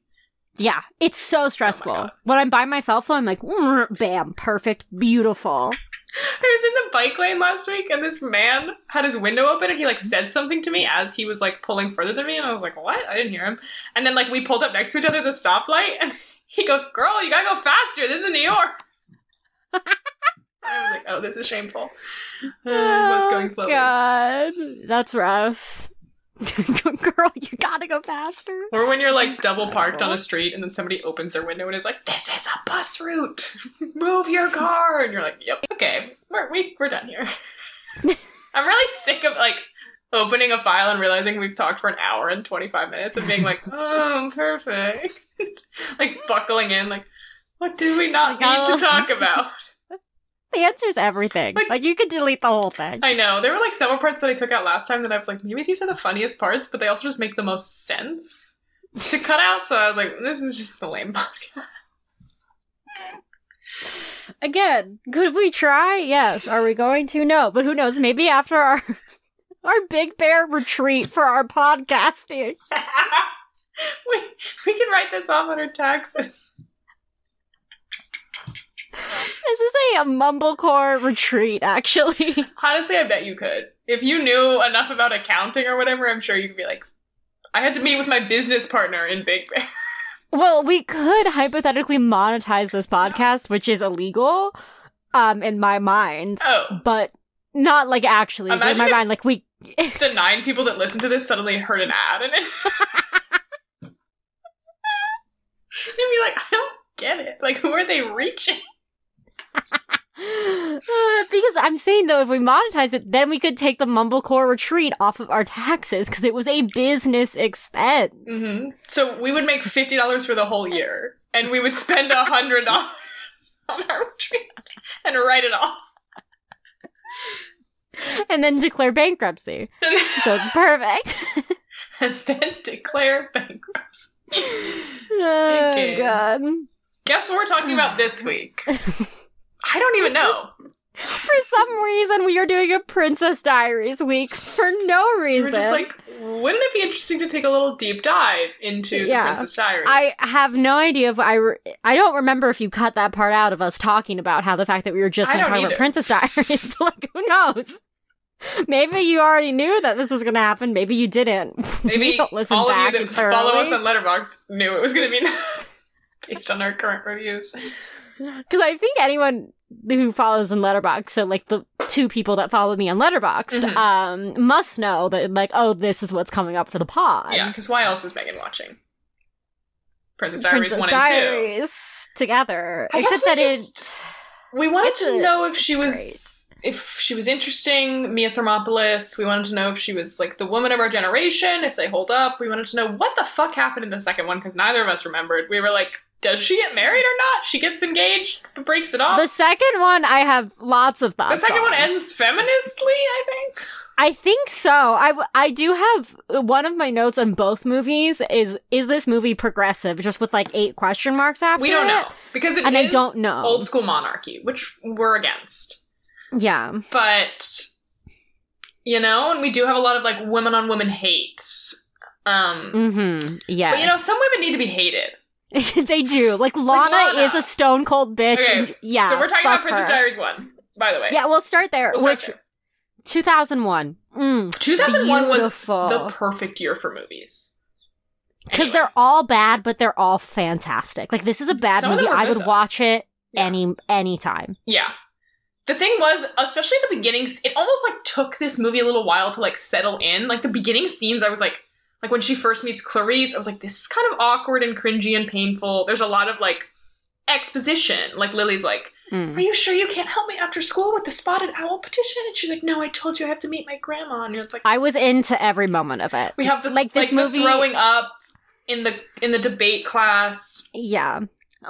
[SPEAKER 1] Yeah, it's so stressful.
[SPEAKER 2] Oh God.
[SPEAKER 1] when I'm by myself, I'm like, <laughs> "Mm, bam, perfect, beautiful.
[SPEAKER 2] <laughs> I was in the bike lane last week, and this man had his window open, and he like said something to me as he was like pulling further than me, and I was like, "What?" I didn't hear him. And then like we pulled up next to each other at the stoplight, and <laughs> he goes, "Girl, you gotta go faster. This is New York." <laughs> I was like, "Oh, this is shameful." <sighs> Uh, I
[SPEAKER 1] <laughs>
[SPEAKER 2] was going slowly.
[SPEAKER 1] God, that's rough. <laughs> Girl, you gotta go faster.
[SPEAKER 2] Or when you're like double parked on the street, and then somebody opens their window and is like, "This is a bus route. <laughs> Move your car," and you're like, "Yep, okay, we're we, we're done here." I'm really sick of like opening a file and realizing we've talked for an hour and 25 minutes and being like, "Oh, perfect," <laughs> like buckling in, like, "What do we
[SPEAKER 1] Like,
[SPEAKER 2] not need
[SPEAKER 1] I'll-
[SPEAKER 2] to talk about?" <laughs>
[SPEAKER 1] The answer's everything. Like,
[SPEAKER 2] Like-
[SPEAKER 1] you could delete the whole thing.
[SPEAKER 2] I know there were like several parts that I took out last time that I was like, maybe these are the funniest parts, but they also just make the most sense to cut out. So I was like, this is just the lame part.
[SPEAKER 1] Again, could we try? Yes. Are we going to? No. But who knows? Maybe after our <laughs> our big bear retreat for our podcasting.
[SPEAKER 2] <laughs> we, we can write this off on our taxes. <laughs>
[SPEAKER 1] This is a, a mumblecore retreat, actually. <laughs>
[SPEAKER 2] Honestly, I bet you could. If you knew enough about accounting or whatever, I'm sure you could be like, I had to meet with my business partner in Big Bear. <laughs>
[SPEAKER 1] Well, we could hypothetically monetize this podcast, which is illegal, um, in my mind,
[SPEAKER 2] Oh,
[SPEAKER 1] but not like actually but in
[SPEAKER 2] Imagine
[SPEAKER 1] my
[SPEAKER 2] if-
[SPEAKER 1] mind. Like we,
[SPEAKER 2] the nine people that listen to this suddenly heard an ad in it. <laughs> They'd be like, I don't get it. Like, who are they reaching?
[SPEAKER 1] Uh, <sighs> because I'm saying though, if we monetize it, then we could take the Mumblecore retreat off of our taxes because it was a business expense.
[SPEAKER 2] hmm So we would make fifty dollars for the whole year, and we would spend a hundred dollars <laughs> on our <laughs> retreat and write it off. <laughs>
[SPEAKER 1] and then declare bankruptcy.
[SPEAKER 2] And then-
[SPEAKER 1] So it's perfect.
[SPEAKER 2] and then declare bankruptcy.
[SPEAKER 1] oh
[SPEAKER 2] <laughs> Thank you.
[SPEAKER 1] god!
[SPEAKER 2] Guess what we're talking
[SPEAKER 1] <sighs>
[SPEAKER 2] about this week? I don't even know.
[SPEAKER 1] For some reason, we are doing a Princess Diaries week for no
[SPEAKER 2] We
[SPEAKER 1] reason.
[SPEAKER 2] We're just like, wouldn't it be interesting to take a little deep dive into
[SPEAKER 1] Yeah.
[SPEAKER 2] the Princess Diaries?
[SPEAKER 1] I have no idea if I re- I don't remember if you cut that part out of us talking about how the fact that we were just
[SPEAKER 2] I
[SPEAKER 1] like,
[SPEAKER 2] don't
[SPEAKER 1] talking about
[SPEAKER 2] either.
[SPEAKER 1] Princess Diaries. <laughs> so, like, who knows? Maybe you already knew that this was going to happen. Maybe you didn't. <laughs>
[SPEAKER 2] maybe
[SPEAKER 1] don't
[SPEAKER 2] all
[SPEAKER 1] listen
[SPEAKER 2] of
[SPEAKER 1] back
[SPEAKER 2] you that
[SPEAKER 1] thoroughly.
[SPEAKER 2] <laughs> follow us on Letterboxd knew it was going to be based on our current reviews.
[SPEAKER 1] Because I think anyone who follows in Letterbox, so like the two people that follow me on Letterbox,
[SPEAKER 2] Mhm.
[SPEAKER 1] um, must know that like, oh, this is what's coming up for the pod.
[SPEAKER 2] yeah, because why else is Megan watching? Princess Diaries
[SPEAKER 1] Princess
[SPEAKER 2] one and two.
[SPEAKER 1] Diaries together.
[SPEAKER 2] I guess
[SPEAKER 1] Except
[SPEAKER 2] we
[SPEAKER 1] that
[SPEAKER 2] just- We wanted
[SPEAKER 1] It's
[SPEAKER 2] to
[SPEAKER 1] a-
[SPEAKER 2] know if she
[SPEAKER 1] it's
[SPEAKER 2] was if she was interesting, Mia Thermopolis. We wanted to know if she was like the woman of our generation, if they hold up. We wanted to know what the fuck happened in the second one because neither of us remembered. We were like, does she get married or not? She gets engaged, but breaks it
[SPEAKER 1] it
[SPEAKER 2] off.
[SPEAKER 1] the second one, I have lots of
[SPEAKER 2] the
[SPEAKER 1] thoughts.
[SPEAKER 2] second
[SPEAKER 1] on.
[SPEAKER 2] one ends feministly, I think.
[SPEAKER 1] I think so. I, w- I do have uh, one of my notes on both movies is is this movie progressive? Just with like eight question marks after.
[SPEAKER 2] We don't
[SPEAKER 1] it?
[SPEAKER 2] know because it
[SPEAKER 1] And I
[SPEAKER 2] is
[SPEAKER 1] don't know.
[SPEAKER 2] old school monarchy, which we're against.
[SPEAKER 1] Yeah,
[SPEAKER 2] But you know, and we do have a lot of like women on women hate. Um,
[SPEAKER 1] Mm-hmm. Yeah.
[SPEAKER 2] but you know, some women need to be hated.
[SPEAKER 1] <laughs> they do. Like Lana,
[SPEAKER 2] Lana.
[SPEAKER 1] is a stone cold bitch.
[SPEAKER 2] Okay,
[SPEAKER 1] and- yeah.
[SPEAKER 2] so we're talking about
[SPEAKER 1] fuck
[SPEAKER 2] Princess
[SPEAKER 1] her.
[SPEAKER 2] Diaries one, by the way.
[SPEAKER 1] Yeah, we'll start there.
[SPEAKER 2] We'll start
[SPEAKER 1] which
[SPEAKER 2] there.
[SPEAKER 1] 2001. Mm.
[SPEAKER 2] 2001
[SPEAKER 1] Beautiful.
[SPEAKER 2] was the perfect year for movies
[SPEAKER 1] Because
[SPEAKER 2] Anyway.
[SPEAKER 1] they're all bad, but they're all fantastic. Like this is a bad
[SPEAKER 2] Some of them
[SPEAKER 1] movie.
[SPEAKER 2] are
[SPEAKER 1] I
[SPEAKER 2] good,
[SPEAKER 1] would
[SPEAKER 2] though.
[SPEAKER 1] watch it
[SPEAKER 2] Yeah.
[SPEAKER 1] any any time.
[SPEAKER 2] Yeah. The thing was, especially the beginnings, it almost like took this movie a little while to like settle in. Like the beginning scenes, I was like, like when she first meets Clarice, I was like, this is kind of awkward and cringy and painful. There's a lot of like exposition. Like Lily's like,
[SPEAKER 1] Mm.
[SPEAKER 2] are you sure you can't help me after school with the spotted owl petition? And she's like, no, I told you I have to meet my grandma. And it's like,
[SPEAKER 1] I was into every moment of it.
[SPEAKER 2] we have the
[SPEAKER 1] like this
[SPEAKER 2] the
[SPEAKER 1] movie-
[SPEAKER 2] throwing up in the in the debate class.
[SPEAKER 1] Yeah.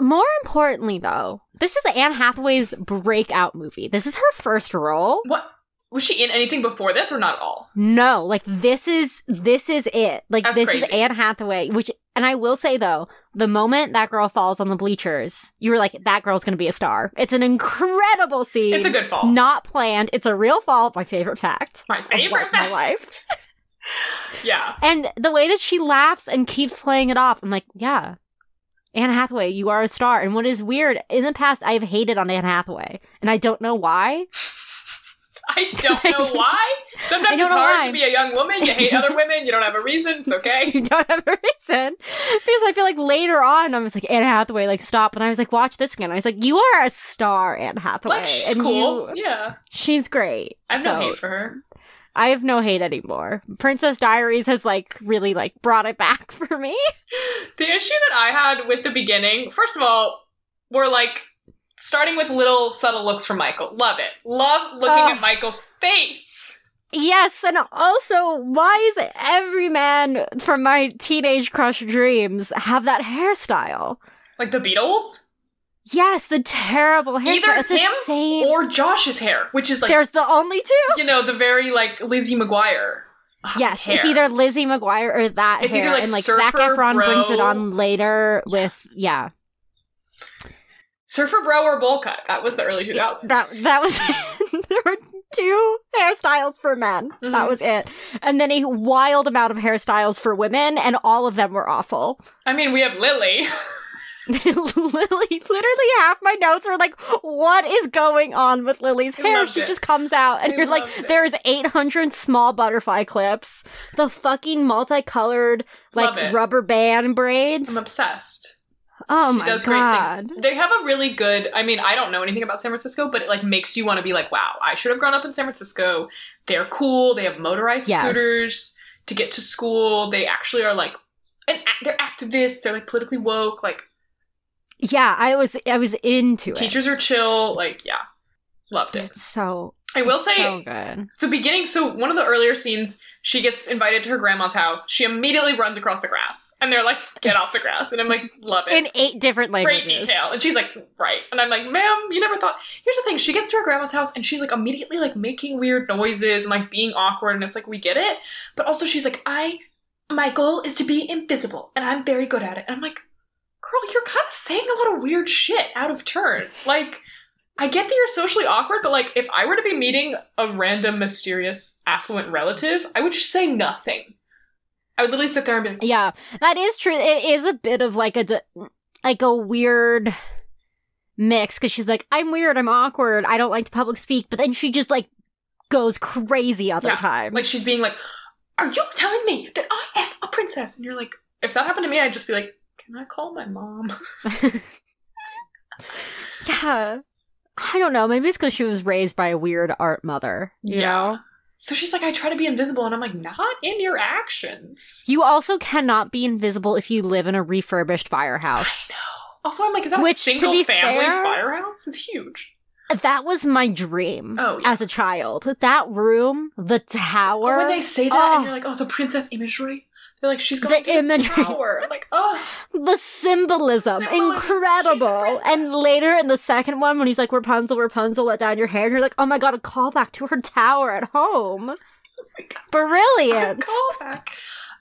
[SPEAKER 1] More importantly, though, this is Anne Hathaway's breakout movie. This is her first role.
[SPEAKER 2] What was she in anything before this or not at all?
[SPEAKER 1] No, like this is this is it. Like
[SPEAKER 2] That's
[SPEAKER 1] this is
[SPEAKER 2] crazy.
[SPEAKER 1] Anne Hathaway. Which, and I will say though, the moment that girl falls on the bleachers, you were like, that girl's gonna be a star. It's an incredible scene.
[SPEAKER 2] It's a good fall.
[SPEAKER 1] not planned. It's a real fall. My favorite fact.
[SPEAKER 2] my
[SPEAKER 1] of
[SPEAKER 2] favorite.
[SPEAKER 1] what- my <laughs> life.
[SPEAKER 2] Yeah.
[SPEAKER 1] And the way that she laughs and keeps playing it off, I'm like, yeah, Anne Hathaway, you are a star. And what is weird, in the past, I have hated on Anne Hathaway, and I don't know why. <laughs>
[SPEAKER 2] I
[SPEAKER 1] 'Cause <laughs>
[SPEAKER 2] don't
[SPEAKER 1] I-
[SPEAKER 2] know why.
[SPEAKER 1] I
[SPEAKER 2] Sometimes
[SPEAKER 1] don't
[SPEAKER 2] it's
[SPEAKER 1] know
[SPEAKER 2] hard
[SPEAKER 1] why.
[SPEAKER 2] to be a young woman. You
[SPEAKER 1] <laughs>
[SPEAKER 2] hate other women. You don't have a reason. It's okay.
[SPEAKER 1] You don't have a reason. Because I feel like later on, I was like, Anne Hathaway, like, stop. And I was like, watch this again. I was like, you are a star, Anne Hathaway.
[SPEAKER 2] Like she's
[SPEAKER 1] and
[SPEAKER 2] cool.
[SPEAKER 1] you-
[SPEAKER 2] yeah,
[SPEAKER 1] she's great.
[SPEAKER 2] I have
[SPEAKER 1] so,
[SPEAKER 2] no hate for her.
[SPEAKER 1] I have no hate anymore. Princess Diaries has, like, really, like, brought it back <laughs> for me.
[SPEAKER 2] The issue that I had with the beginning, first of all, were like starting with little subtle looks from Michael. Love it. Love looking
[SPEAKER 1] Ugh.
[SPEAKER 2] at Michael's face.
[SPEAKER 1] Yes, and also, why is every man from my teenage crush dreams have that hairstyle?
[SPEAKER 2] Like the Beatles
[SPEAKER 1] Yes, the terrible hairstyle.
[SPEAKER 2] Either
[SPEAKER 1] it's the
[SPEAKER 2] him
[SPEAKER 1] same.
[SPEAKER 2] or Josh's hair, which is like
[SPEAKER 1] There's the only two.
[SPEAKER 2] you know the very like Lizzie McGuire. ugh,
[SPEAKER 1] Yes, it's
[SPEAKER 2] hair.
[SPEAKER 1] either Lizzie McGuire or that
[SPEAKER 2] It's
[SPEAKER 1] hair,
[SPEAKER 2] either, like,
[SPEAKER 1] and like Zac
[SPEAKER 2] surfer
[SPEAKER 1] Efron
[SPEAKER 2] bro.
[SPEAKER 1] brings it on later with yeah.
[SPEAKER 2] Surfer Bro or bowl cut. That was the early 2000s.
[SPEAKER 1] That that was <laughs> there were two hairstyles for men. That
[SPEAKER 2] Mhm.
[SPEAKER 1] was it, and then a wild amount of hairstyles for women, and all of them were awful.
[SPEAKER 2] I mean, we have Lily. <laughs>
[SPEAKER 1] <laughs> Lily, literally half my notes are like, what is going on with Lily's
[SPEAKER 2] I
[SPEAKER 1] hair?
[SPEAKER 2] loved
[SPEAKER 1] She
[SPEAKER 2] it.
[SPEAKER 1] just comes out and
[SPEAKER 2] I
[SPEAKER 1] you're like,
[SPEAKER 2] loved it.
[SPEAKER 1] there's 800 small butterfly clips, the fucking multicolored,
[SPEAKER 2] Love
[SPEAKER 1] like
[SPEAKER 2] it.
[SPEAKER 1] rubber band braids.
[SPEAKER 2] I'm obsessed.
[SPEAKER 1] oh
[SPEAKER 2] she
[SPEAKER 1] my
[SPEAKER 2] does
[SPEAKER 1] god.
[SPEAKER 2] great things. They have a really good. I mean, I don't know anything about San Francisco, but it like makes you want to be like, wow, I should have grown up in San Francisco. They're cool. They have motorized
[SPEAKER 1] Yes.
[SPEAKER 2] scooters to get to school. They actually are like, and they're activists. They're like politically woke. Like
[SPEAKER 1] Yeah, I was, I was into it.
[SPEAKER 2] teachers are chill. Like yeah, loved it.
[SPEAKER 1] It's so,
[SPEAKER 2] I will say
[SPEAKER 1] so good.
[SPEAKER 2] the beginning. So one of the earlier scenes, she gets invited to her grandma's house. She immediately runs across the grass, and they're like, get off the grass. And I'm like, love it.
[SPEAKER 1] In eight different languages.
[SPEAKER 2] Great detail. And she's like, right. And I'm like, ma'am, you never thought. Here's the thing. She gets to her grandma's house and she's like immediately like making weird noises and like being awkward. And it's like, we get it. But also she's like, I, my goal is to be invisible and I'm very good at it. And I'm like, girl, you're kind of saying a lot of weird shit out of turn. Like, I get that you're socially awkward, but like, if I were to be meeting a random, mysterious, affluent relative, I would say nothing. I would literally sit there and be like,
[SPEAKER 1] Yeah, that is true. It is a bit of like a d- like a weird mix because she's like, I'm weird, I'm awkward, I don't like to public speak, but then she just like goes crazy other
[SPEAKER 2] Yeah,
[SPEAKER 1] time. <laughs>
[SPEAKER 2] Like she's being like, "Are you telling me that I am a princess?" And you're like, <laughs> "If that happened to me, I'd just be like, can I call my mom?"
[SPEAKER 1] Yeah. I don't know. Maybe it's because she was raised by a weird art mother. You
[SPEAKER 2] Yeah.
[SPEAKER 1] know?
[SPEAKER 2] So she's like, I try to be invisible, and I'm like, not in your actions.
[SPEAKER 1] You also cannot be invisible if you live in a refurbished firehouse.
[SPEAKER 2] Also, I'm like, is that
[SPEAKER 1] Which,
[SPEAKER 2] a
[SPEAKER 1] to
[SPEAKER 2] single
[SPEAKER 1] be
[SPEAKER 2] family
[SPEAKER 1] fair-
[SPEAKER 2] firehouse? It's huge.
[SPEAKER 1] That was my dream
[SPEAKER 2] Oh, yeah.
[SPEAKER 1] as a child. That room, the tower.
[SPEAKER 2] when they say that,
[SPEAKER 1] oh.
[SPEAKER 2] and you're like, oh, the princess imagery. They're like, she's going
[SPEAKER 1] The
[SPEAKER 2] to the
[SPEAKER 1] imagery.
[SPEAKER 2] tower. I'm like, oh,
[SPEAKER 1] <laughs> The symbolism,
[SPEAKER 2] Symbolism. She's a
[SPEAKER 1] incredible.
[SPEAKER 2] princess.
[SPEAKER 1] And later in the second one, when he's like, Rapunzel, Rapunzel, let down your hair, and you're like, oh my god, a callback to her tower at home.
[SPEAKER 2] Oh my God.
[SPEAKER 1] Brilliant.
[SPEAKER 2] callback.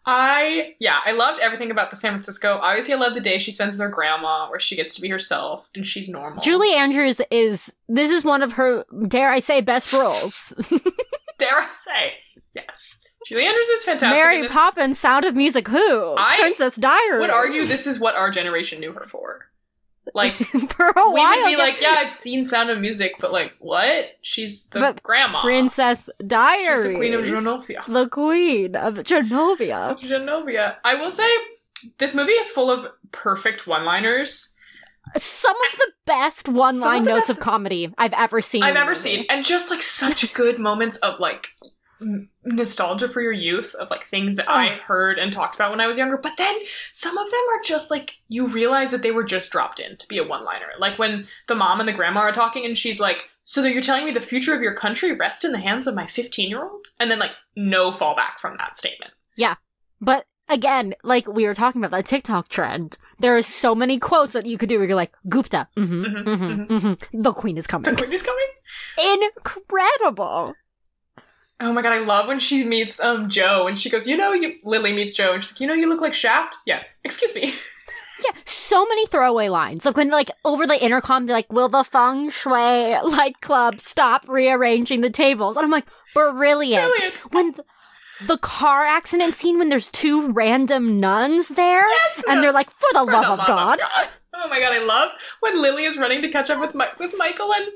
[SPEAKER 2] I yeah, I loved everything about the San Francisco. Obviously, I love the day she spends with her grandma, where she gets to be herself and she's normal.
[SPEAKER 1] Julie Andrews is, this is one of her, dare I say, best
[SPEAKER 2] <laughs>
[SPEAKER 1] roles.
[SPEAKER 2] dare I say, yes, Julie Andrews is fantastic. in
[SPEAKER 1] Mary
[SPEAKER 2] this.
[SPEAKER 1] Poppins, Sound of Music, who?
[SPEAKER 2] I
[SPEAKER 1] Princess Diaries.
[SPEAKER 2] would argue this is what our generation knew her for.
[SPEAKER 1] <laughs>
[SPEAKER 2] Like
[SPEAKER 1] for a
[SPEAKER 2] we
[SPEAKER 1] while.
[SPEAKER 2] would be
[SPEAKER 1] yeah.
[SPEAKER 2] like, yeah, I've seen Sound of Music, but like, what? She's the
[SPEAKER 1] But
[SPEAKER 2] grandma.
[SPEAKER 1] Princess Diaries.
[SPEAKER 2] She's the queen of Genovia.
[SPEAKER 1] The queen of Genovia.
[SPEAKER 2] Genovia. I will say, this movie is full of perfect one-liners
[SPEAKER 1] Some of the best one
[SPEAKER 2] Some
[SPEAKER 1] line
[SPEAKER 2] of the
[SPEAKER 1] notes
[SPEAKER 2] best-
[SPEAKER 1] of comedy I've ever seen.
[SPEAKER 2] I've ever seen, and just like such good moments of like n- nostalgia for your youth of like things that I
[SPEAKER 1] Ugh.
[SPEAKER 2] heard and talked about when I was younger. But then some of them are just like you realize that they were just dropped in to be a one-liner. Like when the mom and the grandma are talking, and she's like. So that you're telling me the future of your country rests in the hands of my 15 year old, and then like no fallback from that statement.
[SPEAKER 1] But again, like we were talking about that TikTok trend, there are so many quotes that you could do where you're like, Gupta, hmm
[SPEAKER 2] Mhm,
[SPEAKER 1] hmm hmm the queen is
[SPEAKER 2] The
[SPEAKER 1] coming.
[SPEAKER 2] queen is coming.
[SPEAKER 1] Incredible.
[SPEAKER 2] Oh my god, I love when she meets um Joe and she goes, you know, you Lily meets Joe and she's like, you know, you look like Shaft. Yes, excuse me.
[SPEAKER 1] Yeah, so many throwaway lines. Like when, like, over the intercom, they're like, will the feng shui light club stop rearranging the tables? And I'm like, brilliant.
[SPEAKER 2] Brilliant.
[SPEAKER 1] When th- the car accident scene, when there's two random nuns there, and they're like, for the
[SPEAKER 2] For
[SPEAKER 1] love
[SPEAKER 2] the
[SPEAKER 1] of God.
[SPEAKER 2] <laughs> Oh my god, I love when Lily is running to catch up with Mi- with Michael and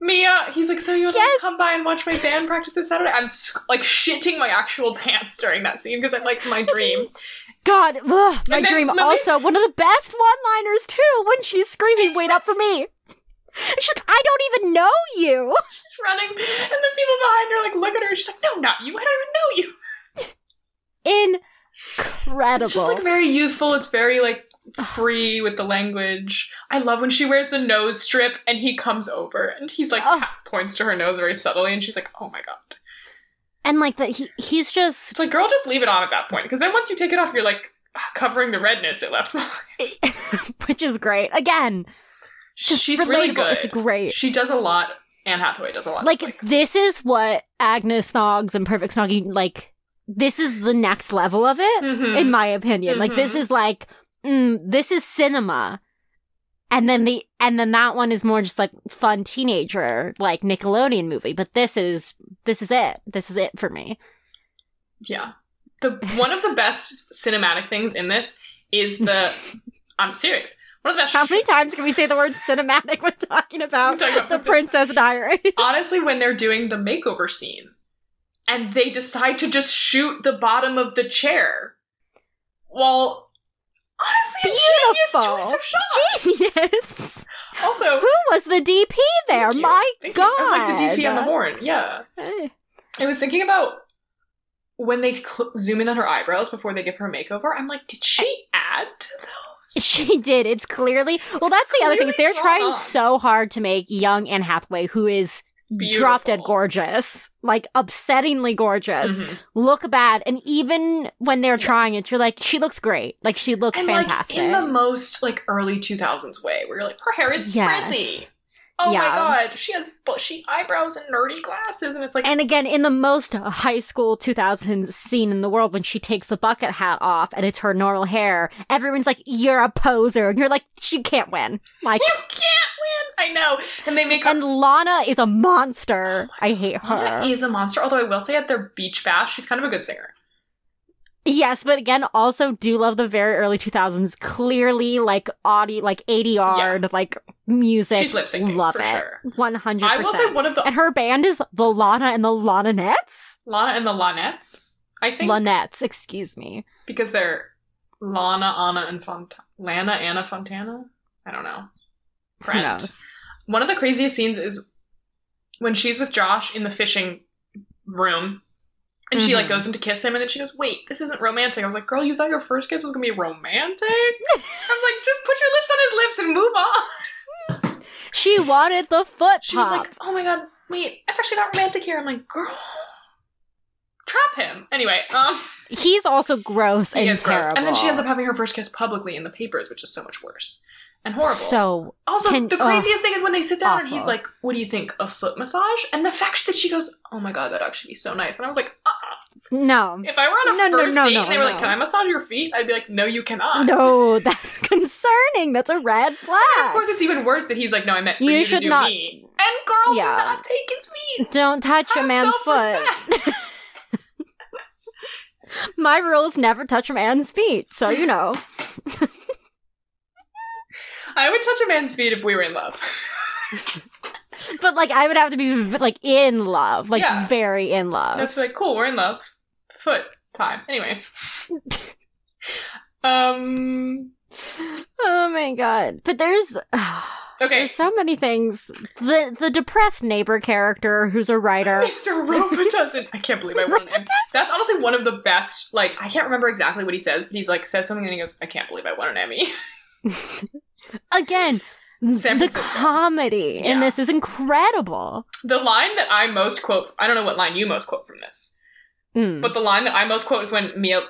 [SPEAKER 2] Mia. He's like, so you want
[SPEAKER 1] Yes.
[SPEAKER 2] to come by and watch my band practice this Saturday? I'm sc- like shitting my actual <laughs> pants during that scene because I like
[SPEAKER 1] <laughs>
[SPEAKER 2] my dream.
[SPEAKER 1] God, ugh, my
[SPEAKER 2] And then
[SPEAKER 1] dream.
[SPEAKER 2] Lily-
[SPEAKER 1] also, one of the best one-liners too. When she's screaming,
[SPEAKER 2] She's
[SPEAKER 1] "Wait up for me!" And she's like, "I don't even know you."
[SPEAKER 2] she's running, and the people behind her like look at her. She's like, no, not you. I don't even know you.
[SPEAKER 1] Incredible.
[SPEAKER 2] It's just like very youthful. It's very like free with the language. I love when she wears the nose strip and he comes over and he's like
[SPEAKER 1] Ugh.
[SPEAKER 2] points to her nose very subtly and she's like, "Oh my god."
[SPEAKER 1] and like that, he he's just <laughs>
[SPEAKER 2] It's like, "Girl, just leave it on at that point because then once you take it off, you're like ah, covering the redness it left behind."
[SPEAKER 1] which is great. Again, <laughs> just
[SPEAKER 2] She's
[SPEAKER 1] relatable.
[SPEAKER 2] really good.
[SPEAKER 1] It's great.
[SPEAKER 2] She does a lot. Anne Hathaway does a lot.
[SPEAKER 1] Like this is what Agnes Snogs and Perfect Snogging like. This is the next level of it,
[SPEAKER 2] Mhm.
[SPEAKER 1] <laughs> in my opinion. Like this
[SPEAKER 2] Mhm.
[SPEAKER 1] is like mm, this is cinema, and then the and then that one is more just like fun teenager like Nickelodeon movie. But this is this is it. This is it for me.
[SPEAKER 2] Yeah. The one of the best cinematic things in this
[SPEAKER 1] <laughs>
[SPEAKER 2] is the I'm serious. One of the best
[SPEAKER 1] How many times can we say the word cinematic when talking about
[SPEAKER 2] Talking about
[SPEAKER 1] the
[SPEAKER 2] Princess-
[SPEAKER 1] Princess Diaries?
[SPEAKER 2] <laughs> <laughs> honestly when they're doing the makeover scene and they decide to just shoot the bottom of the chair well honestly a
[SPEAKER 1] Beautiful.
[SPEAKER 2] genius choice of shot
[SPEAKER 1] Genius. <laughs>
[SPEAKER 2] also
[SPEAKER 1] Who was the DP there?
[SPEAKER 2] thank you.
[SPEAKER 1] My
[SPEAKER 2] Thank you.
[SPEAKER 1] God.
[SPEAKER 2] I'm like the dp on the horn yeah
[SPEAKER 1] Eh.
[SPEAKER 2] i was thinking about when they cl- zoom in on her eyebrows before they give her a makeover i'm like did she add to those
[SPEAKER 1] <laughs> She did. It's clearly well. That's the other thing is they're
[SPEAKER 2] clearly drawn
[SPEAKER 1] trying
[SPEAKER 2] on.
[SPEAKER 1] so hard to make young Anne Hathaway, who is drop dead
[SPEAKER 2] Beautiful.
[SPEAKER 1] gorgeous, like upsettingly gorgeous,
[SPEAKER 2] Mhm.
[SPEAKER 1] look bad. And even when they're trying it, you're like, she looks great. Like she looks
[SPEAKER 2] and
[SPEAKER 1] fantastic.
[SPEAKER 2] like in the most like early 2000s way where you're like her hair is
[SPEAKER 1] Yes.
[SPEAKER 2] frizzy oh
[SPEAKER 1] Yeah.
[SPEAKER 2] my god she has bushy eyebrows and nerdy glasses and it's like
[SPEAKER 1] and again, in the most high school 2000s scene in the world, when she takes the bucket hat off and it's her normal hair, everyone's like, "You're a poser," and you're like, "She can't win." Like,
[SPEAKER 2] you can't win. I know. And they make
[SPEAKER 1] and
[SPEAKER 2] her.
[SPEAKER 1] Lana is a monster. I hate her.
[SPEAKER 2] Lana is a monster. Although I will say, at their beach bash, she's kind of a good singer.
[SPEAKER 1] Yes, but again, also do love the very early 2000s. Clearly, like audio, like 80 yard, like music.
[SPEAKER 2] She's lip syncing,
[SPEAKER 1] Love
[SPEAKER 2] for
[SPEAKER 1] it.
[SPEAKER 2] sure.
[SPEAKER 1] 100%.
[SPEAKER 2] I will say one of the
[SPEAKER 1] and her band is the Lana and the Lonanettes?
[SPEAKER 2] Lana and the Lanettes. I think
[SPEAKER 1] Lonettes, excuse me.
[SPEAKER 2] because they're Lana, Anna, and Font- Lana, Anna Fontana. I don't know. friend.
[SPEAKER 1] Who knows?
[SPEAKER 2] One of the craziest scenes is when she's with Josh in the fishing room and she like
[SPEAKER 1] Mhm.
[SPEAKER 2] goes in to kiss him and then she goes, Wait, this isn't romantic. I was like, Girl, you thought your first kiss was gonna
[SPEAKER 1] <laughs>
[SPEAKER 2] be romantic? I was like, just put your lips on his lips and move on.
[SPEAKER 1] She wanted the foot
[SPEAKER 2] She was
[SPEAKER 1] pop.
[SPEAKER 2] like, Oh my god, wait, that's actually not romantic here. I'm like, girl Trap him. Anyway, um
[SPEAKER 1] He's also gross
[SPEAKER 2] he
[SPEAKER 1] and
[SPEAKER 2] is gross.
[SPEAKER 1] terrible.
[SPEAKER 2] And then she ends up having her first kiss publicly in the papers, which is so much worse. And horrible.
[SPEAKER 1] So
[SPEAKER 2] Also,
[SPEAKER 1] Can-
[SPEAKER 2] the
[SPEAKER 1] ugh.
[SPEAKER 2] craziest thing is when they sit down and he's
[SPEAKER 1] Awful.
[SPEAKER 2] like, "What do you think a foot massage?" And the fact that she goes, "Oh my god, that'd actually be so nice," and I was like, uh-uh.
[SPEAKER 1] no,
[SPEAKER 2] "If I were on a
[SPEAKER 1] No, no,
[SPEAKER 2] first
[SPEAKER 1] no,
[SPEAKER 2] date
[SPEAKER 1] no,
[SPEAKER 2] and they were like,
[SPEAKER 1] no.
[SPEAKER 2] "Can I massage your feet?" I'd be like, "No, you cannot."
[SPEAKER 1] no, <laughs> that's concerning. That's a red
[SPEAKER 2] And of
[SPEAKER 1] flag.
[SPEAKER 2] course, it's even worse that he's like, "No, I meant for you,
[SPEAKER 1] You
[SPEAKER 2] to
[SPEAKER 1] should
[SPEAKER 2] do
[SPEAKER 1] not-
[SPEAKER 2] me." And girl,
[SPEAKER 1] Yeah.
[SPEAKER 2] do not take his feet.
[SPEAKER 1] Don't touch a
[SPEAKER 2] Have
[SPEAKER 1] man's foot.
[SPEAKER 2] self-respect.
[SPEAKER 1] My rule is never touch a man's feet. So you know,
[SPEAKER 2] I would touch a man's feet if we were in love.
[SPEAKER 1] but like I would have to be v- like in love, like
[SPEAKER 2] Yeah.
[SPEAKER 1] very in love.
[SPEAKER 2] That's like, cool, we're in love. Foot time. <laughs> Anyway. um.
[SPEAKER 1] oh my god! But there's. <sighs>
[SPEAKER 2] Okay.
[SPEAKER 1] There's so many things. The the depressed neighbor character who's a
[SPEAKER 2] <laughs>
[SPEAKER 1] writer.
[SPEAKER 2] Mr. Robitussin. I can't believe I wrote it. That's honestly one of the best. Like, I can't remember exactly what he says, but he's like says something and he goes, "I can't believe I won an Emmy."
[SPEAKER 1] Again,
[SPEAKER 2] San
[SPEAKER 1] the
[SPEAKER 2] Francisco.
[SPEAKER 1] comedy in
[SPEAKER 2] Yeah.
[SPEAKER 1] this is incredible.
[SPEAKER 2] <laughs> the line that I most quote, I don't know what line you most quote from this,
[SPEAKER 1] Mm.
[SPEAKER 2] but the line that I most quote is when Mia.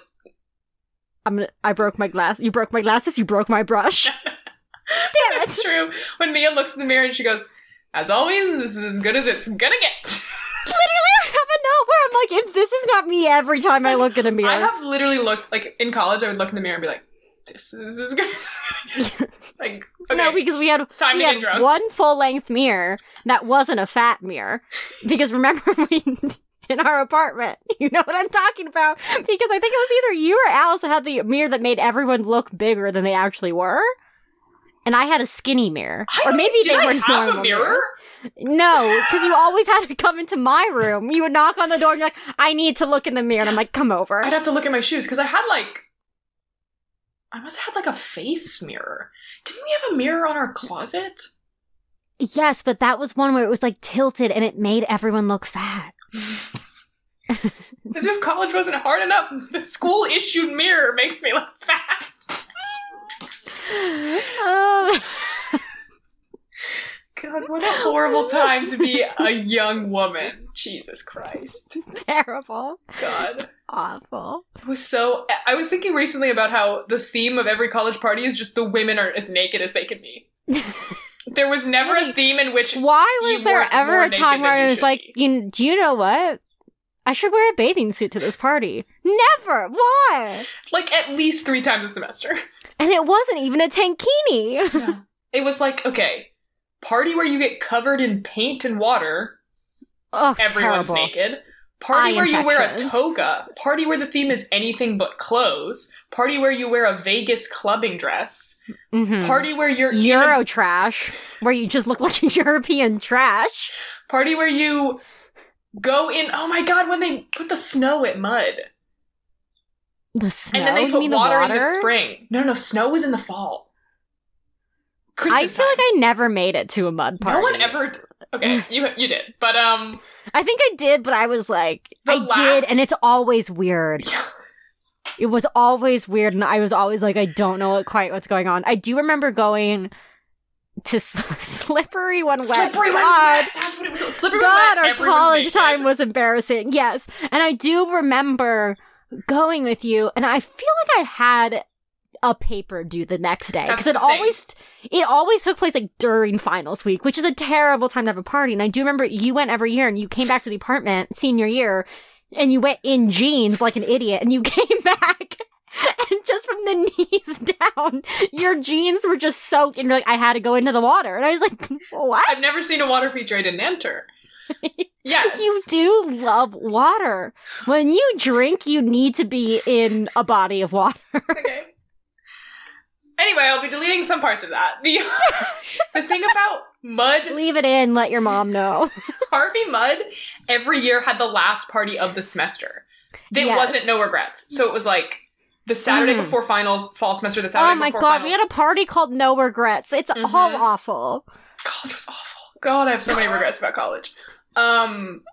[SPEAKER 1] I'm gonna, I broke my glass. You broke my glasses. You broke my
[SPEAKER 2] <laughs>
[SPEAKER 1] brush. Damn it! <laughs>
[SPEAKER 2] That's true. When Mia looks in the mirror and she goes, "As always, this is as good as it's gonna get."
[SPEAKER 1] Literally out of nowhere, I'm like, if this is not me every time I look in a mirror,
[SPEAKER 2] I have literally looked like in college. I would look in the mirror and be like, "This is as good." As it's gonna get." like,
[SPEAKER 1] <laughs>
[SPEAKER 2] okay,
[SPEAKER 1] no, because we had
[SPEAKER 2] time
[SPEAKER 1] we
[SPEAKER 2] to get
[SPEAKER 1] had
[SPEAKER 2] drunk.
[SPEAKER 1] one full length mirror that wasn't a fat mirror because remember <laughs> we. In our apartment, you know what I'm talking about, because I think it was either you or Alice that had the mirror that made everyone look bigger than they actually were, and I had a skinny mirror,
[SPEAKER 2] I
[SPEAKER 1] or
[SPEAKER 2] don't-
[SPEAKER 1] maybe
[SPEAKER 2] did
[SPEAKER 1] they
[SPEAKER 2] I
[SPEAKER 1] were
[SPEAKER 2] have
[SPEAKER 1] normal
[SPEAKER 2] a mirror.
[SPEAKER 1] mirrors. No, because you always had to come into my room. You would knock on the door and you're like, I need to look in the mirror. And I'm like, come over.
[SPEAKER 2] I'd have to look at my shoes because I had like I must have had like a face mirror. Didn't we have a mirror on our closet?
[SPEAKER 1] Yes, but that was one where it was like tilted and it made everyone look fat. <gasps>
[SPEAKER 2] As if college wasn't hard enough. The school issued mirror makes me look fat.
[SPEAKER 1] Um,
[SPEAKER 2] God, what a horrible time to be a young woman. Jesus Christ.
[SPEAKER 1] <laughs> terrible.
[SPEAKER 2] God.
[SPEAKER 1] Awful.
[SPEAKER 2] It was so I was thinking recently about how the theme of every college party is just the women are as naked as they can be.
[SPEAKER 1] <laughs>
[SPEAKER 2] there was never a
[SPEAKER 1] Really?
[SPEAKER 2] theme in which
[SPEAKER 1] Why was
[SPEAKER 2] You
[SPEAKER 1] there
[SPEAKER 2] weren't more
[SPEAKER 1] ever a
[SPEAKER 2] naked
[SPEAKER 1] time where
[SPEAKER 2] than you
[SPEAKER 1] I was
[SPEAKER 2] should
[SPEAKER 1] like,
[SPEAKER 2] be.
[SPEAKER 1] you, do you know what? I should wear a bathing suit to this party. Never. Why?
[SPEAKER 2] like at least three times a semester.
[SPEAKER 1] And it wasn't even a tankini.
[SPEAKER 2] It was like, okay, party where you get covered in paint and water,
[SPEAKER 1] Oh,
[SPEAKER 2] everyone's
[SPEAKER 1] terrible.
[SPEAKER 2] naked.
[SPEAKER 1] Eye
[SPEAKER 2] Party where you wear a
[SPEAKER 1] infections.
[SPEAKER 2] toga. Party where the theme is anything but clothes. Party where you wear a Vegas clubbing dress.
[SPEAKER 1] Mhm.
[SPEAKER 2] Party where you're in a-
[SPEAKER 1] Euro trash, where you just look like <laughs> European trash.
[SPEAKER 2] party where you go in. Oh my god, when they put the snow at mud,
[SPEAKER 1] The snow.
[SPEAKER 2] and then they
[SPEAKER 1] you
[SPEAKER 2] put
[SPEAKER 1] mean
[SPEAKER 2] water,
[SPEAKER 1] the water
[SPEAKER 2] in the spring. No, no, snow was in the fall.
[SPEAKER 1] I
[SPEAKER 2] Christmas
[SPEAKER 1] feel like
[SPEAKER 2] time.
[SPEAKER 1] I never made it to a mud party.
[SPEAKER 2] no one ever. Okay, you you did, but um.
[SPEAKER 1] I think I did, but I was like,
[SPEAKER 2] The
[SPEAKER 1] I did,
[SPEAKER 2] last-
[SPEAKER 1] and it's always weird. It was always weird, and I was always like, I don't know what, quite what's going on. I do remember going to s- <laughs> slippery when wet.
[SPEAKER 2] Slippery when
[SPEAKER 1] God.
[SPEAKER 2] wet. That's what it was. Slippery when
[SPEAKER 1] God,
[SPEAKER 2] wet.
[SPEAKER 1] our
[SPEAKER 2] Everyone's
[SPEAKER 1] college
[SPEAKER 2] naked.
[SPEAKER 1] time was embarrassing. Yes. And I do remember going with you and I feel like I had a paper due the next day
[SPEAKER 2] That's
[SPEAKER 1] because it
[SPEAKER 2] the thing.
[SPEAKER 1] always it always took place like during finals week, which is a terrible time to have a party. And I do remember you went every year and you came back to the apartment senior year and you went in jeans like an idiot and you <laughs> came back and just from the knees <laughs> down your jeans were just soaked and you're like I had to go into the water and I was like <laughs> what
[SPEAKER 2] I've never seen a water feature I
[SPEAKER 1] <laughs>
[SPEAKER 2] didn't enter. Yes.
[SPEAKER 1] You do love water. When you drink, you need to be in a body of
[SPEAKER 2] <laughs>
[SPEAKER 1] water.
[SPEAKER 2] okay. Anyway, I'll be deleting some parts of that. The, <laughs> the thing about Mud,
[SPEAKER 1] Leave it in, let your mom know.
[SPEAKER 2] Harvey Mud, every year had the last party of the semester. It
[SPEAKER 1] Yes.
[SPEAKER 2] wasn't no regrets. So it was like the Saturday
[SPEAKER 1] Mm.
[SPEAKER 2] before finals, fall semester, the Saturday
[SPEAKER 1] Oh my
[SPEAKER 2] before
[SPEAKER 1] god,
[SPEAKER 2] finals.
[SPEAKER 1] we had a party called No Regrets. It's all
[SPEAKER 2] Mhm.
[SPEAKER 1] awful.
[SPEAKER 2] college was awful. God, I have so many regrets about college. Um,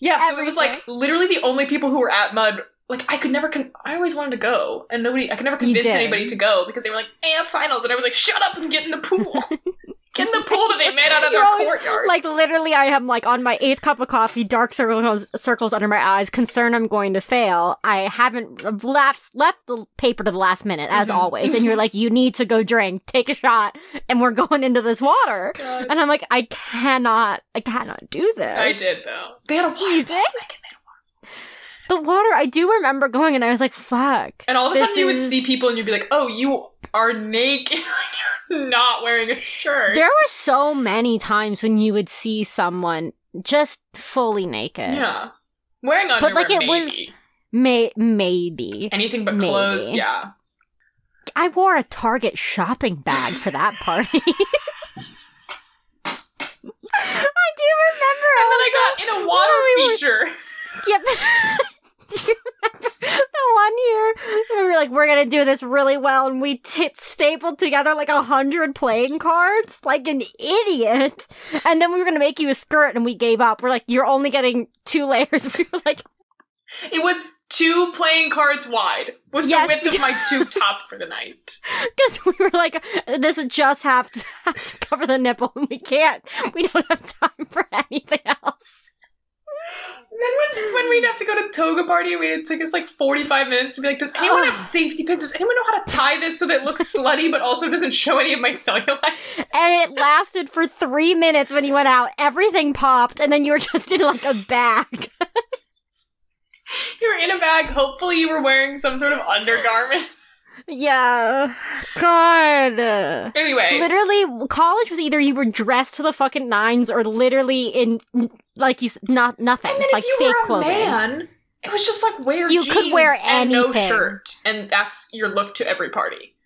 [SPEAKER 2] yeah, so it was like literally the only people who were at Mud. Like I could never. Con- I always wanted to go, and nobody. I could never convince
[SPEAKER 1] did.
[SPEAKER 2] anybody to go because they were like, "Hey, I'm finals," and I was like, "Shut up and get in the pool."
[SPEAKER 1] <laughs>
[SPEAKER 2] Get in the pool that they made out of
[SPEAKER 1] You're
[SPEAKER 2] their
[SPEAKER 1] always
[SPEAKER 2] courtyard.
[SPEAKER 1] Like literally, I am like on my eighth cup of coffee, dark circles circles under my eyes, concerned I'm going to fail. I haven't left left the paper to the last minute, as
[SPEAKER 2] Mhm.
[SPEAKER 1] always. And you're like, you need to go drink, take a shot, and we're <laughs> going into this water.
[SPEAKER 2] God.
[SPEAKER 1] And I'm like, I cannot, I cannot do this.
[SPEAKER 2] I did though. They had a waterfall.
[SPEAKER 1] You did? The water, I do remember going, and I was like, fuck.
[SPEAKER 2] And all of a
[SPEAKER 1] This
[SPEAKER 2] sudden, you would
[SPEAKER 1] is-
[SPEAKER 2] see people, and you'd be like, "Oh, you are naked. <laughs> You're not wearing a shirt."
[SPEAKER 1] There were so many times when you would see someone just fully naked.
[SPEAKER 2] yeah, wearing underwear.
[SPEAKER 1] like, it was-
[SPEAKER 2] maybe.
[SPEAKER 1] May- maybe.
[SPEAKER 2] anything but
[SPEAKER 1] Maybe.
[SPEAKER 2] clothes. Yeah,
[SPEAKER 1] I wore a Target shopping bag for that party. <laughs> I do remember.
[SPEAKER 2] <laughs> And then
[SPEAKER 1] also,
[SPEAKER 2] I got in a water
[SPEAKER 1] we were-
[SPEAKER 2] feature.
[SPEAKER 1] Yep. <laughs> Do you remember the one year we were like, we're gonna do this really well, and we t- stapled together like a hundred playing cards, like an idiot. And then we were gonna make you a skirt, and we gave up. We're like, you're only getting two layers. <laughs> We were like,
[SPEAKER 2] It was two playing cards wide. Was
[SPEAKER 1] Yes,
[SPEAKER 2] the width
[SPEAKER 1] <laughs>
[SPEAKER 2] of my tube top for the night.
[SPEAKER 1] because we were like, this is just have to, have to cover the nipple, and we can't. We don't have time for anything else.
[SPEAKER 2] And then when, when we'd have to go to toga party, we it took us like forty five minutes to be like, does anyone have
[SPEAKER 1] Ugh.
[SPEAKER 2] safety pins? Does anyone know how to tie this so that it looks slutty but also doesn't show any of my cellulite? <laughs>
[SPEAKER 1] And it lasted for three minutes when he went out. Everything popped, and then you were just in like a bag.
[SPEAKER 2] You were in a bag. Hopefully, you were wearing some sort of undergarment. <laughs>
[SPEAKER 1] Yeah. God.
[SPEAKER 2] Anyway,
[SPEAKER 1] Literally, college was either you were dressed to the fucking nines or literally in, like, you, s- not, nothing.
[SPEAKER 2] and then
[SPEAKER 1] like,
[SPEAKER 2] if you
[SPEAKER 1] fake
[SPEAKER 2] were a
[SPEAKER 1] clothing.
[SPEAKER 2] man, it was just like wear
[SPEAKER 1] You
[SPEAKER 2] jeans
[SPEAKER 1] could wear
[SPEAKER 2] and no
[SPEAKER 1] anything.
[SPEAKER 2] shirt, and that's your look to every party.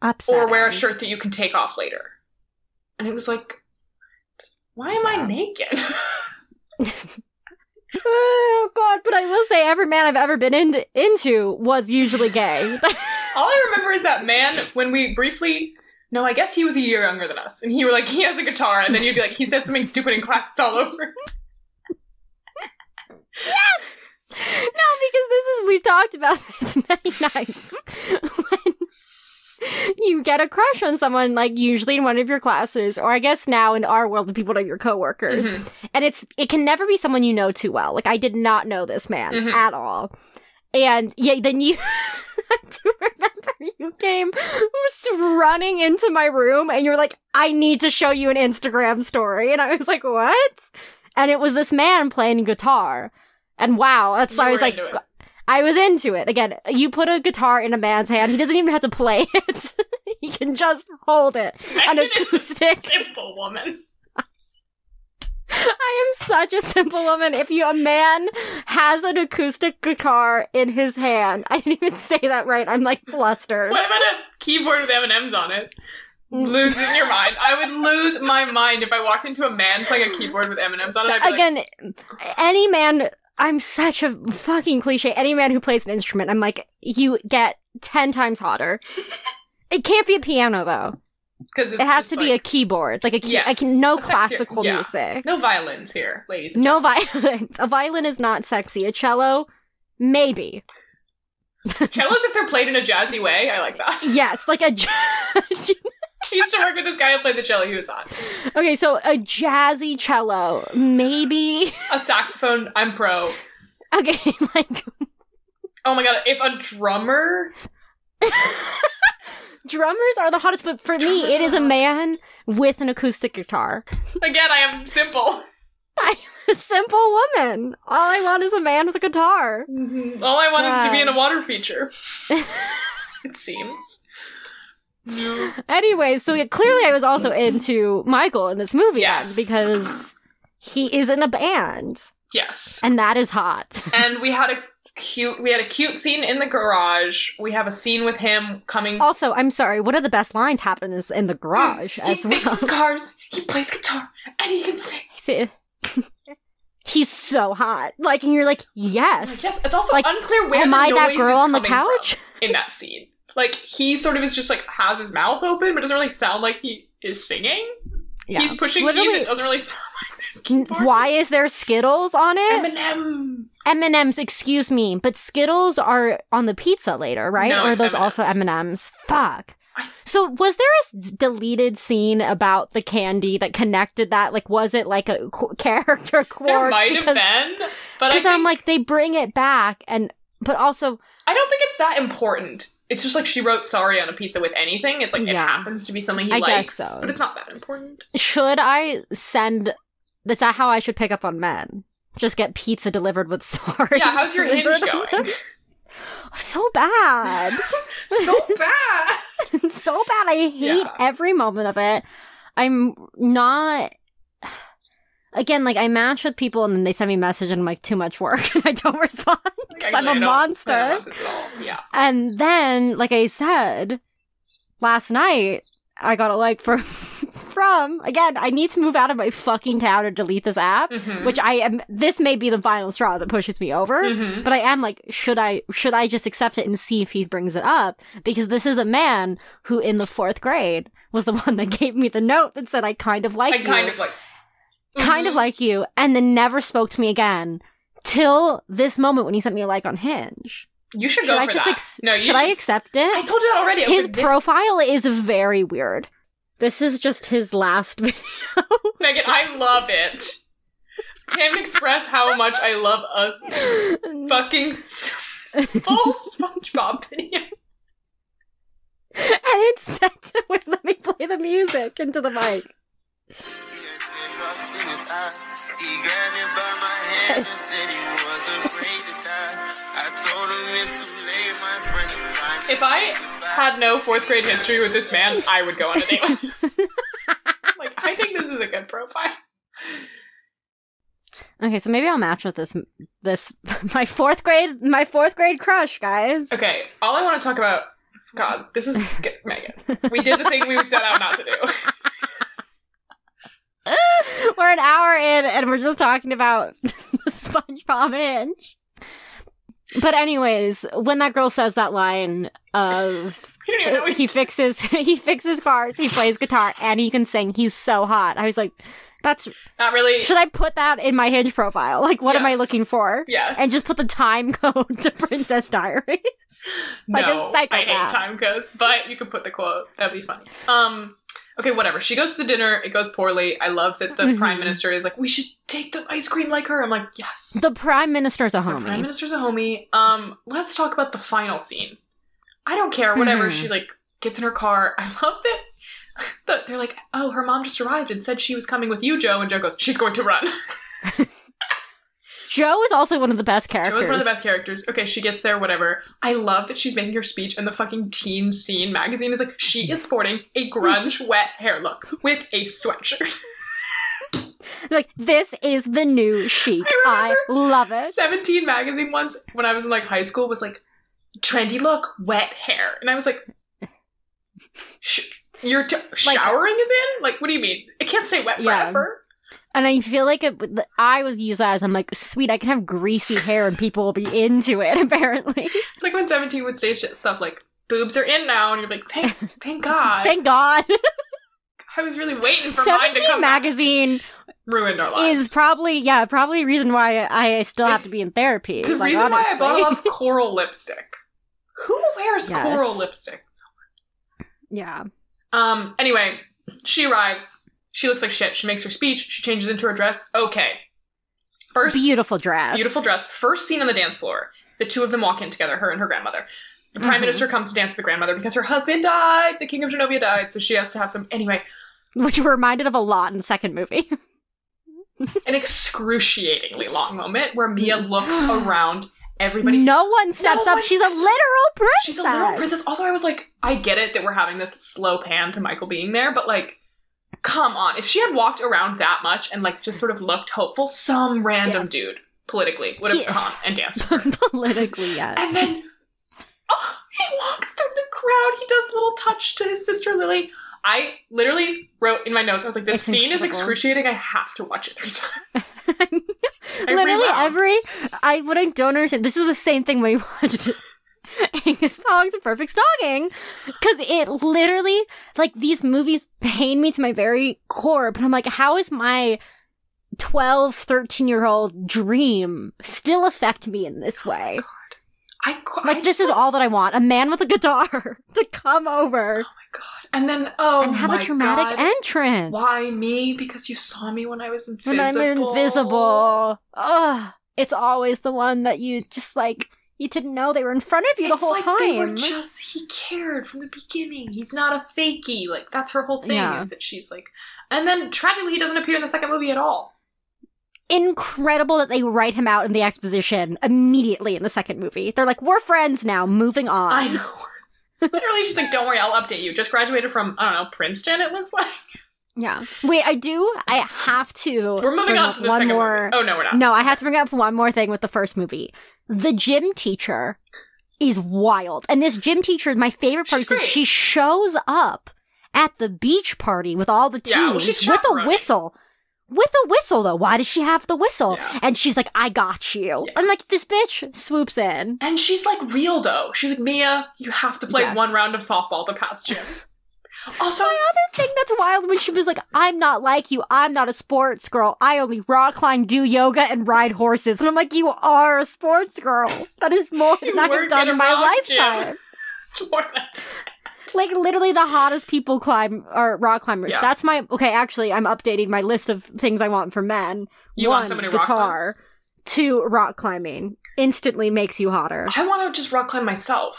[SPEAKER 1] Upsetting.
[SPEAKER 2] or wear a shirt that you can take off later. And it was like, why am I naked? <laughs>
[SPEAKER 1] Oh, God. But I will say, every man I've ever been in- into was usually
[SPEAKER 2] <laughs>
[SPEAKER 1] gay.
[SPEAKER 2] All I remember is that man when we briefly. No, I guess he was a year younger than us, and he were like, he has a guitar, and then you'd be like, he said something stupid in class, it's all over. <laughs>
[SPEAKER 1] no, because this is we've talked about <laughs> this many nights. when you get a crush on someone, like usually in one of your classes, or I guess now in our world, the people that are your coworkers,
[SPEAKER 2] Mhm.
[SPEAKER 1] and it's it can never be someone you know too well. Like I did not know this man
[SPEAKER 2] Mhm.
[SPEAKER 1] at all, and yeah, then you. <laughs> I do remember <laughs> you came just running into my room and you were like, I need to show you an Instagram story. And I was like, what? And it was this man playing guitar. And wow, that's
[SPEAKER 2] You
[SPEAKER 1] I was
[SPEAKER 2] were
[SPEAKER 1] like,
[SPEAKER 2] into it.
[SPEAKER 1] I was into it. Again, you put a guitar in a man's hand, he doesn't even have to play <laughs> it. he can just hold it. An
[SPEAKER 2] And <laughs> it's a
[SPEAKER 1] acoustic.
[SPEAKER 2] Simple woman.
[SPEAKER 1] I am such a simple woman. If you a man has an acoustic guitar in his hand, I didn't even say that right. I'm like flustered.
[SPEAKER 2] What about a keyboard with M and M's on it?
[SPEAKER 1] Mm.
[SPEAKER 2] Losing your mind.
[SPEAKER 1] <laughs>
[SPEAKER 2] I would lose my mind if I walked into a man playing a keyboard with M and M's on it. I'd be <laughs> like,
[SPEAKER 1] Again, any man I'm such a fucking cliche. Any man who plays an instrument, I'm like, you get ten times
[SPEAKER 2] <laughs>
[SPEAKER 1] hotter. it can't be a piano though.
[SPEAKER 2] 'cause it's
[SPEAKER 1] it has
[SPEAKER 2] just
[SPEAKER 1] to be a
[SPEAKER 2] like,
[SPEAKER 1] keyboard, like a key-
[SPEAKER 2] Yes.
[SPEAKER 1] I can no
[SPEAKER 2] A sexier-
[SPEAKER 1] classical
[SPEAKER 2] yeah.
[SPEAKER 1] music.
[SPEAKER 2] no violins here,
[SPEAKER 1] <laughs>
[SPEAKER 2] ladies. and
[SPEAKER 1] No violins. A violin is not sexy. A cello, maybe.
[SPEAKER 2] Cellos, if they're played in a jazzy way, I like that.
[SPEAKER 1] Yes, like a. j- <laughs>
[SPEAKER 2] <laughs> I used to work with this guy who played the cello he was on.
[SPEAKER 1] okay, so a jazzy cello, maybe. <laughs>
[SPEAKER 2] A saxophone, I'm pro.
[SPEAKER 1] Okay, <laughs> like
[SPEAKER 2] Oh my god, if a drummer.
[SPEAKER 1] drummers are the hottest, but for me, it is a man with an acoustic guitar.
[SPEAKER 2] Again, I am simple.
[SPEAKER 1] <laughs> A simple woman. All I want is a man with a guitar.
[SPEAKER 2] All I want is to be in a
[SPEAKER 1] Mm-hmm. Wow.
[SPEAKER 2] water feature.
[SPEAKER 1] <laughs>
[SPEAKER 2] it seems. No.
[SPEAKER 1] Anyway, so yeah, clearly I was also into Michael in this movie then,
[SPEAKER 2] Yes.
[SPEAKER 1] because he is in a band,
[SPEAKER 2] Yes.
[SPEAKER 1] and that is hot. <laughs>
[SPEAKER 2] And we had a cute we had a cute scene in the garage. We have a scene with him coming Hmm.
[SPEAKER 1] Also, I'm sorry. One of the best lines happen is in the Oh, garage
[SPEAKER 2] Mm, He
[SPEAKER 1] as well. <laughs>
[SPEAKER 2] fixes cars, he plays guitar, and he can sing.
[SPEAKER 1] He say- <laughs> he's so hot. Like, and you're like, yes.
[SPEAKER 2] Yes, it's also
[SPEAKER 1] Like,
[SPEAKER 2] unclear where
[SPEAKER 1] Am
[SPEAKER 2] the
[SPEAKER 1] I
[SPEAKER 2] noise
[SPEAKER 1] that
[SPEAKER 2] is
[SPEAKER 1] girl on the
[SPEAKER 2] coming from
[SPEAKER 1] couch?
[SPEAKER 2] in that scene. Like he sort of is just like has his mouth open, but doesn't really sound like he is singing. He's pushing keys. It
[SPEAKER 1] Literally,
[SPEAKER 2] doesn't
[SPEAKER 1] <laughs>
[SPEAKER 2] really sound like there's
[SPEAKER 1] n-
[SPEAKER 2] keyboard.
[SPEAKER 1] why is there Skittles on it?
[SPEAKER 2] Eminem?
[SPEAKER 1] M&M's, excuse me, but Skittles are on the pizza later, right?
[SPEAKER 2] No,
[SPEAKER 1] or are
[SPEAKER 2] it's
[SPEAKER 1] those also
[SPEAKER 2] M&Ms.
[SPEAKER 1] M&M's? Fuck.
[SPEAKER 2] I-
[SPEAKER 1] So was there a s- deleted scene about the candy that connected that? Like, was it like a <laughs> qu- character quirk?
[SPEAKER 2] There might have
[SPEAKER 1] because,
[SPEAKER 2] been, but I,
[SPEAKER 1] Because
[SPEAKER 2] think,
[SPEAKER 1] I'm like, they bring it back, and but also,
[SPEAKER 2] I don't think it's that important. It's just like she wrote "sorry" on a pizza with anything. It's like it
[SPEAKER 1] Yeah.
[SPEAKER 2] happens to be something he
[SPEAKER 1] I
[SPEAKER 2] likes,
[SPEAKER 1] guess so.
[SPEAKER 2] but it's not that important.
[SPEAKER 1] should I send? Is that how I should pick up on men? Just get pizza delivered with <laughs> sorry.
[SPEAKER 2] Yeah, how's your hinge
[SPEAKER 1] delivered on- <laughs>
[SPEAKER 2] going?
[SPEAKER 1] So bad.
[SPEAKER 2] so bad.
[SPEAKER 1] <laughs> so bad. I hate
[SPEAKER 2] Yeah.
[SPEAKER 1] every moment of it. I'm not. Again, like I match with people and then they send me a message and I'm like, too much work. <laughs> and I don't respond.
[SPEAKER 2] Like,
[SPEAKER 1] 'Cause I'm a
[SPEAKER 2] actually, I don't- I don't
[SPEAKER 1] monster.
[SPEAKER 2] want this at all. Yeah.
[SPEAKER 1] And then, like I said last night, I got a like from, <laughs> from, again, I need to move out of my fucking town or delete this app,
[SPEAKER 2] Mhm.
[SPEAKER 1] which I am, this may be the final straw that pushes me over.
[SPEAKER 2] Mhm.
[SPEAKER 1] But I am like, should I should I just accept it and see if he brings it up? Because this is a man who in the fourth grade was the <laughs> one that gave me the note that said I kind of like
[SPEAKER 2] I
[SPEAKER 1] you.
[SPEAKER 2] kind of Mm-hmm. like
[SPEAKER 1] kind of like you, and then never spoke to me again till this moment when he sent me a like on Hinge.
[SPEAKER 2] mm-hmm. you should
[SPEAKER 1] Should
[SPEAKER 2] go
[SPEAKER 1] I
[SPEAKER 2] for
[SPEAKER 1] just
[SPEAKER 2] that.
[SPEAKER 1] ex-
[SPEAKER 2] no, you
[SPEAKER 1] should, I accept it?
[SPEAKER 2] I told you that already. I was
[SPEAKER 1] his
[SPEAKER 2] like, this-
[SPEAKER 1] profile is very weird. This is just his last <laughs> video.
[SPEAKER 2] Megan, I love it. Can't express how much I love a fucking s- full SpongeBob video.
[SPEAKER 1] and it's set to wait, let me play the music into the mic.
[SPEAKER 3] He grabbed me by my hand and said he was afraid to die. I told him it's too late, my friend. It's time to
[SPEAKER 2] If I
[SPEAKER 3] say goodbye.
[SPEAKER 2] had no fourth grade history with this man, I would go on a date with him. like, I think this is a good profile.
[SPEAKER 1] Okay, so maybe I'll match with this this <laughs> my fourth grade my fourth grade crush,
[SPEAKER 2] <laughs>
[SPEAKER 1] guys.
[SPEAKER 2] Okay, all I want to talk about. God, this is good, Megan. We did the thing we set out not to do. <laughs>
[SPEAKER 1] we're an hour in and we're just talking about <laughs> the SpongeBob Inch. But anyways, when that girl says that line of
[SPEAKER 2] You don't even know what
[SPEAKER 1] he fixes <laughs> he fixes cars, he plays guitar, and he can sing, he's so hot. I was like, that's
[SPEAKER 2] Not really.
[SPEAKER 1] should I put that in my hinge profile? Like what am I
[SPEAKER 2] Yes.
[SPEAKER 1] looking for?
[SPEAKER 2] Yes.
[SPEAKER 1] And just put the time <laughs> code to Princess Diaries. like a
[SPEAKER 2] no, I hate
[SPEAKER 1] psychopath.
[SPEAKER 2] time codes, but you could put the quote. That'd be funny. Um, okay, whatever. She goes to dinner. It goes poorly. I love that the
[SPEAKER 1] Mhm.
[SPEAKER 2] prime minister is like, we should take the ice cream like her. I'm like, yes.
[SPEAKER 1] The Prime Minister's a
[SPEAKER 2] The prime
[SPEAKER 1] homie.
[SPEAKER 2] minister's a homie. Um, let's talk about the final scene. I don't care. Whatever.
[SPEAKER 1] Mhm.
[SPEAKER 2] She like gets in her car. <laughs> I love that. that They're like, oh, her mom just arrived and said she was coming with you, Joe. And Joe goes, she's going to run.
[SPEAKER 1] Joe is also one of the best
[SPEAKER 2] Joe
[SPEAKER 1] characters.
[SPEAKER 2] is one of the best characters. Okay, she gets there, whatever. I love that she's making her speech, and the fucking Teen Scene magazine is like, she is sporting
[SPEAKER 1] <laughs>
[SPEAKER 2] a grunge wet hair look with a sweatshirt.
[SPEAKER 1] Like, this is the new chic. I,
[SPEAKER 2] <laughs> I
[SPEAKER 1] love it.
[SPEAKER 2] 17 magazine once, when I was in like high school, was like, trendy look, wet hair. And I was like,
[SPEAKER 1] <laughs>
[SPEAKER 2] sh- you're t-
[SPEAKER 1] Like-
[SPEAKER 2] showering is in? Like, what do you mean? I can't stay wet
[SPEAKER 1] Yeah.
[SPEAKER 2] forever.
[SPEAKER 1] And I feel like it, I was used as I'm like, sweet, I can have greasy hair and people will be into it, <laughs> apparently.
[SPEAKER 2] It's like when 17 would say shit stuff like, boobs are in now, and you're like, thank,
[SPEAKER 1] <laughs>
[SPEAKER 2] thank God.
[SPEAKER 1] Thank God.
[SPEAKER 2] I was really
[SPEAKER 1] <laughs>
[SPEAKER 2] waiting for mine to
[SPEAKER 1] 17
[SPEAKER 2] come back.
[SPEAKER 1] Magazine
[SPEAKER 2] Ruined our lives.
[SPEAKER 1] is probably, yeah, probably a reason why I still have
[SPEAKER 2] It's
[SPEAKER 1] to be in therapy.
[SPEAKER 2] The
[SPEAKER 1] like,
[SPEAKER 2] reason
[SPEAKER 1] honestly.
[SPEAKER 2] why I bought up coral lipstick. Who wears
[SPEAKER 1] Yes.
[SPEAKER 2] coral lipstick?
[SPEAKER 1] <laughs> yeah.
[SPEAKER 2] Um. Anyway, she arrives. She looks like shit. She makes her speech. She changes into her dress. Okay. First,
[SPEAKER 1] Beautiful dress.
[SPEAKER 2] beautiful dress. First scene on the dance floor. The two of them walk in together. Her and her grandmother. The prime
[SPEAKER 1] Mhm.
[SPEAKER 2] minister comes to dance with the grandmother because her husband died. The king of Genovia died, so she has to have some. Anyway,
[SPEAKER 1] Which we're reminded of a lot in the second movie.
[SPEAKER 2] an excruciatingly long moment where Mia
[SPEAKER 1] Mm. <gasps>
[SPEAKER 2] looks around. Everybody
[SPEAKER 1] no one steps
[SPEAKER 2] No
[SPEAKER 1] up.
[SPEAKER 2] one
[SPEAKER 1] She's a
[SPEAKER 2] steps up.
[SPEAKER 1] literal princess.
[SPEAKER 2] She's a little princess. Also, I was like, I get it that we're having this slow pan to Michael being there, but like, come on. If she had walked around that much and like just sort of looked hopeful, some random dude politically would have
[SPEAKER 1] Yeah.
[SPEAKER 2] come and
[SPEAKER 1] <laughs>
[SPEAKER 2] danced with her.
[SPEAKER 1] <laughs> Politically, yes.
[SPEAKER 2] and then oh, he walks through the crowd. He does a little touch to his sister Lily. I literally wrote in my notes, I was like, this
[SPEAKER 1] It's
[SPEAKER 2] scene is
[SPEAKER 1] incredible. <laughs>
[SPEAKER 2] excruciating. I have to watch it three times.
[SPEAKER 1] Literally
[SPEAKER 2] round.
[SPEAKER 1] every I what I don't understand. This is the same thing when we <laughs> watched Angus Dog's Perfect Snogging. Cause it literally like these movies pain me to my very core, but I'm like, how is my 12, 13 year old dream still affect me in this way?
[SPEAKER 2] I qu- I
[SPEAKER 1] Like this
[SPEAKER 2] just-
[SPEAKER 1] is all that I want. A man with a guitar <laughs> to come over
[SPEAKER 2] Oh my god! And then oh
[SPEAKER 1] and have
[SPEAKER 2] my
[SPEAKER 1] a dramatic
[SPEAKER 2] god.
[SPEAKER 1] entrance.
[SPEAKER 2] Why me? Because you saw me when I was invisible.
[SPEAKER 1] When I'm invisible. Ugh. It's always the one that you just like you didn't know they were in front of you the
[SPEAKER 2] It's
[SPEAKER 1] whole
[SPEAKER 2] like They were
[SPEAKER 1] time.
[SPEAKER 2] just he cared from the beginning. He's not a fakey. Like that's her whole thing
[SPEAKER 1] Yeah.
[SPEAKER 2] is that she's like. And then tragically, he doesn't appear in the second movie at all.
[SPEAKER 1] Incredible that they write him out in the exposition immediately in the second movie. They're like, We're friends now, moving on.
[SPEAKER 2] I know.
[SPEAKER 1] <laughs>
[SPEAKER 2] Literally, she's like, "Don't worry, I'll update you." Just graduated from I don't know Princeton. It looks like
[SPEAKER 1] Yeah. Wait, I do I have to
[SPEAKER 2] we're moving
[SPEAKER 1] bring
[SPEAKER 2] on
[SPEAKER 1] up
[SPEAKER 2] to the
[SPEAKER 1] one
[SPEAKER 2] second
[SPEAKER 1] more
[SPEAKER 2] movie. Oh no, we're not.
[SPEAKER 1] No, I have to bring up one more thing with the first movie. The gym teacher is wild. And this gym teacher, my favorite part
[SPEAKER 2] She's
[SPEAKER 1] is that
[SPEAKER 2] great.
[SPEAKER 1] she shows up at the beach party with all the teens
[SPEAKER 2] Yeah, well, she's
[SPEAKER 1] with a
[SPEAKER 2] chaperoning.
[SPEAKER 1] whistle. With a whistle though. Why does she have the whistle?
[SPEAKER 2] Yeah.
[SPEAKER 1] And she's like, I got you.
[SPEAKER 2] Yeah.
[SPEAKER 1] I'm like, this bitch swoops in.
[SPEAKER 2] And she's like real though. She's like Mia. You have to play
[SPEAKER 1] Yes. Oh,
[SPEAKER 2] one round of softball to
[SPEAKER 1] <laughs>
[SPEAKER 2] pass gym. also,
[SPEAKER 1] My other thing that's wild when she was like, I'm not like you. I'm not a sports girl. I only rock climb, do yoga, and ride horses. And I'm like, you are a sports girl. That is more
[SPEAKER 2] You
[SPEAKER 1] than I
[SPEAKER 2] work
[SPEAKER 1] have done
[SPEAKER 2] at a
[SPEAKER 1] in my
[SPEAKER 2] rock gym.
[SPEAKER 1] lifetime.
[SPEAKER 2] it's more than-
[SPEAKER 1] like literally the hottest people climb or rock climbers.
[SPEAKER 2] Yeah.
[SPEAKER 1] That's my okay. Actually, I'm updating my list of things I want for men.
[SPEAKER 2] you
[SPEAKER 1] One,
[SPEAKER 2] want somebody to rock
[SPEAKER 1] guitar.
[SPEAKER 2] climbs?
[SPEAKER 1] Two, rock climbing instantly makes you hotter.
[SPEAKER 2] I want to just rock climb myself.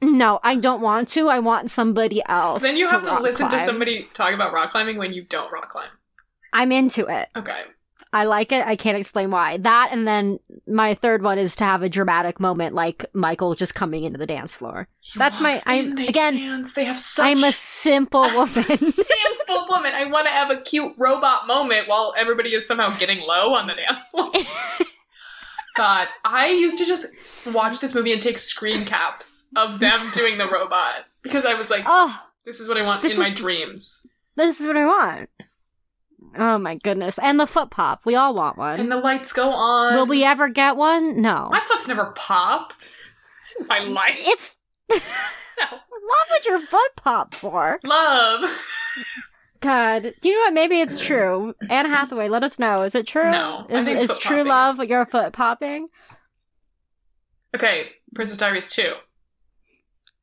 [SPEAKER 1] No, I don't want to. I want somebody else.
[SPEAKER 2] Then you have to
[SPEAKER 1] rock
[SPEAKER 2] listen to
[SPEAKER 1] climb.
[SPEAKER 2] somebody talk about rock climbing when you don't rock climb.
[SPEAKER 1] I'm into it.
[SPEAKER 2] Okay.
[SPEAKER 1] I like it. I can't explain why. That and then my third one is to have a dramatic moment like Michael just coming into the dance floor.
[SPEAKER 2] He
[SPEAKER 1] That's my-
[SPEAKER 2] walks
[SPEAKER 1] I'm-
[SPEAKER 2] in, they
[SPEAKER 1] again,
[SPEAKER 2] Dance, they have such. <laughs>
[SPEAKER 1] I'm a simple woman.
[SPEAKER 2] simple woman. I want to have a cute robot moment while everybody is somehow getting low on the
[SPEAKER 1] <laughs>
[SPEAKER 2] dance floor. God, I used to just watch this movie and take screen caps of them doing the robot because I was like,
[SPEAKER 1] <laughs> oh,
[SPEAKER 2] this is what I want in
[SPEAKER 1] this
[SPEAKER 2] my
[SPEAKER 1] is-
[SPEAKER 2] dreams.
[SPEAKER 1] This is what I want. Oh my goodness. And the foot pop. We all want
[SPEAKER 2] And
[SPEAKER 1] one.
[SPEAKER 2] the lights go on.
[SPEAKER 1] Will we ever get one? No.
[SPEAKER 2] My foot's never popped. in My life.
[SPEAKER 1] It's.
[SPEAKER 2] No.
[SPEAKER 1] What would your foot pop for?
[SPEAKER 2] Love.
[SPEAKER 1] God. Do you know what? Maybe it's true. Anne Hathaway, let us know. Is it true?
[SPEAKER 2] No, I
[SPEAKER 1] Is,
[SPEAKER 2] think
[SPEAKER 1] is
[SPEAKER 2] foot
[SPEAKER 1] true
[SPEAKER 2] popping
[SPEAKER 1] love
[SPEAKER 2] is-
[SPEAKER 1] your foot popping?
[SPEAKER 2] Okay, Princess Diaries 2.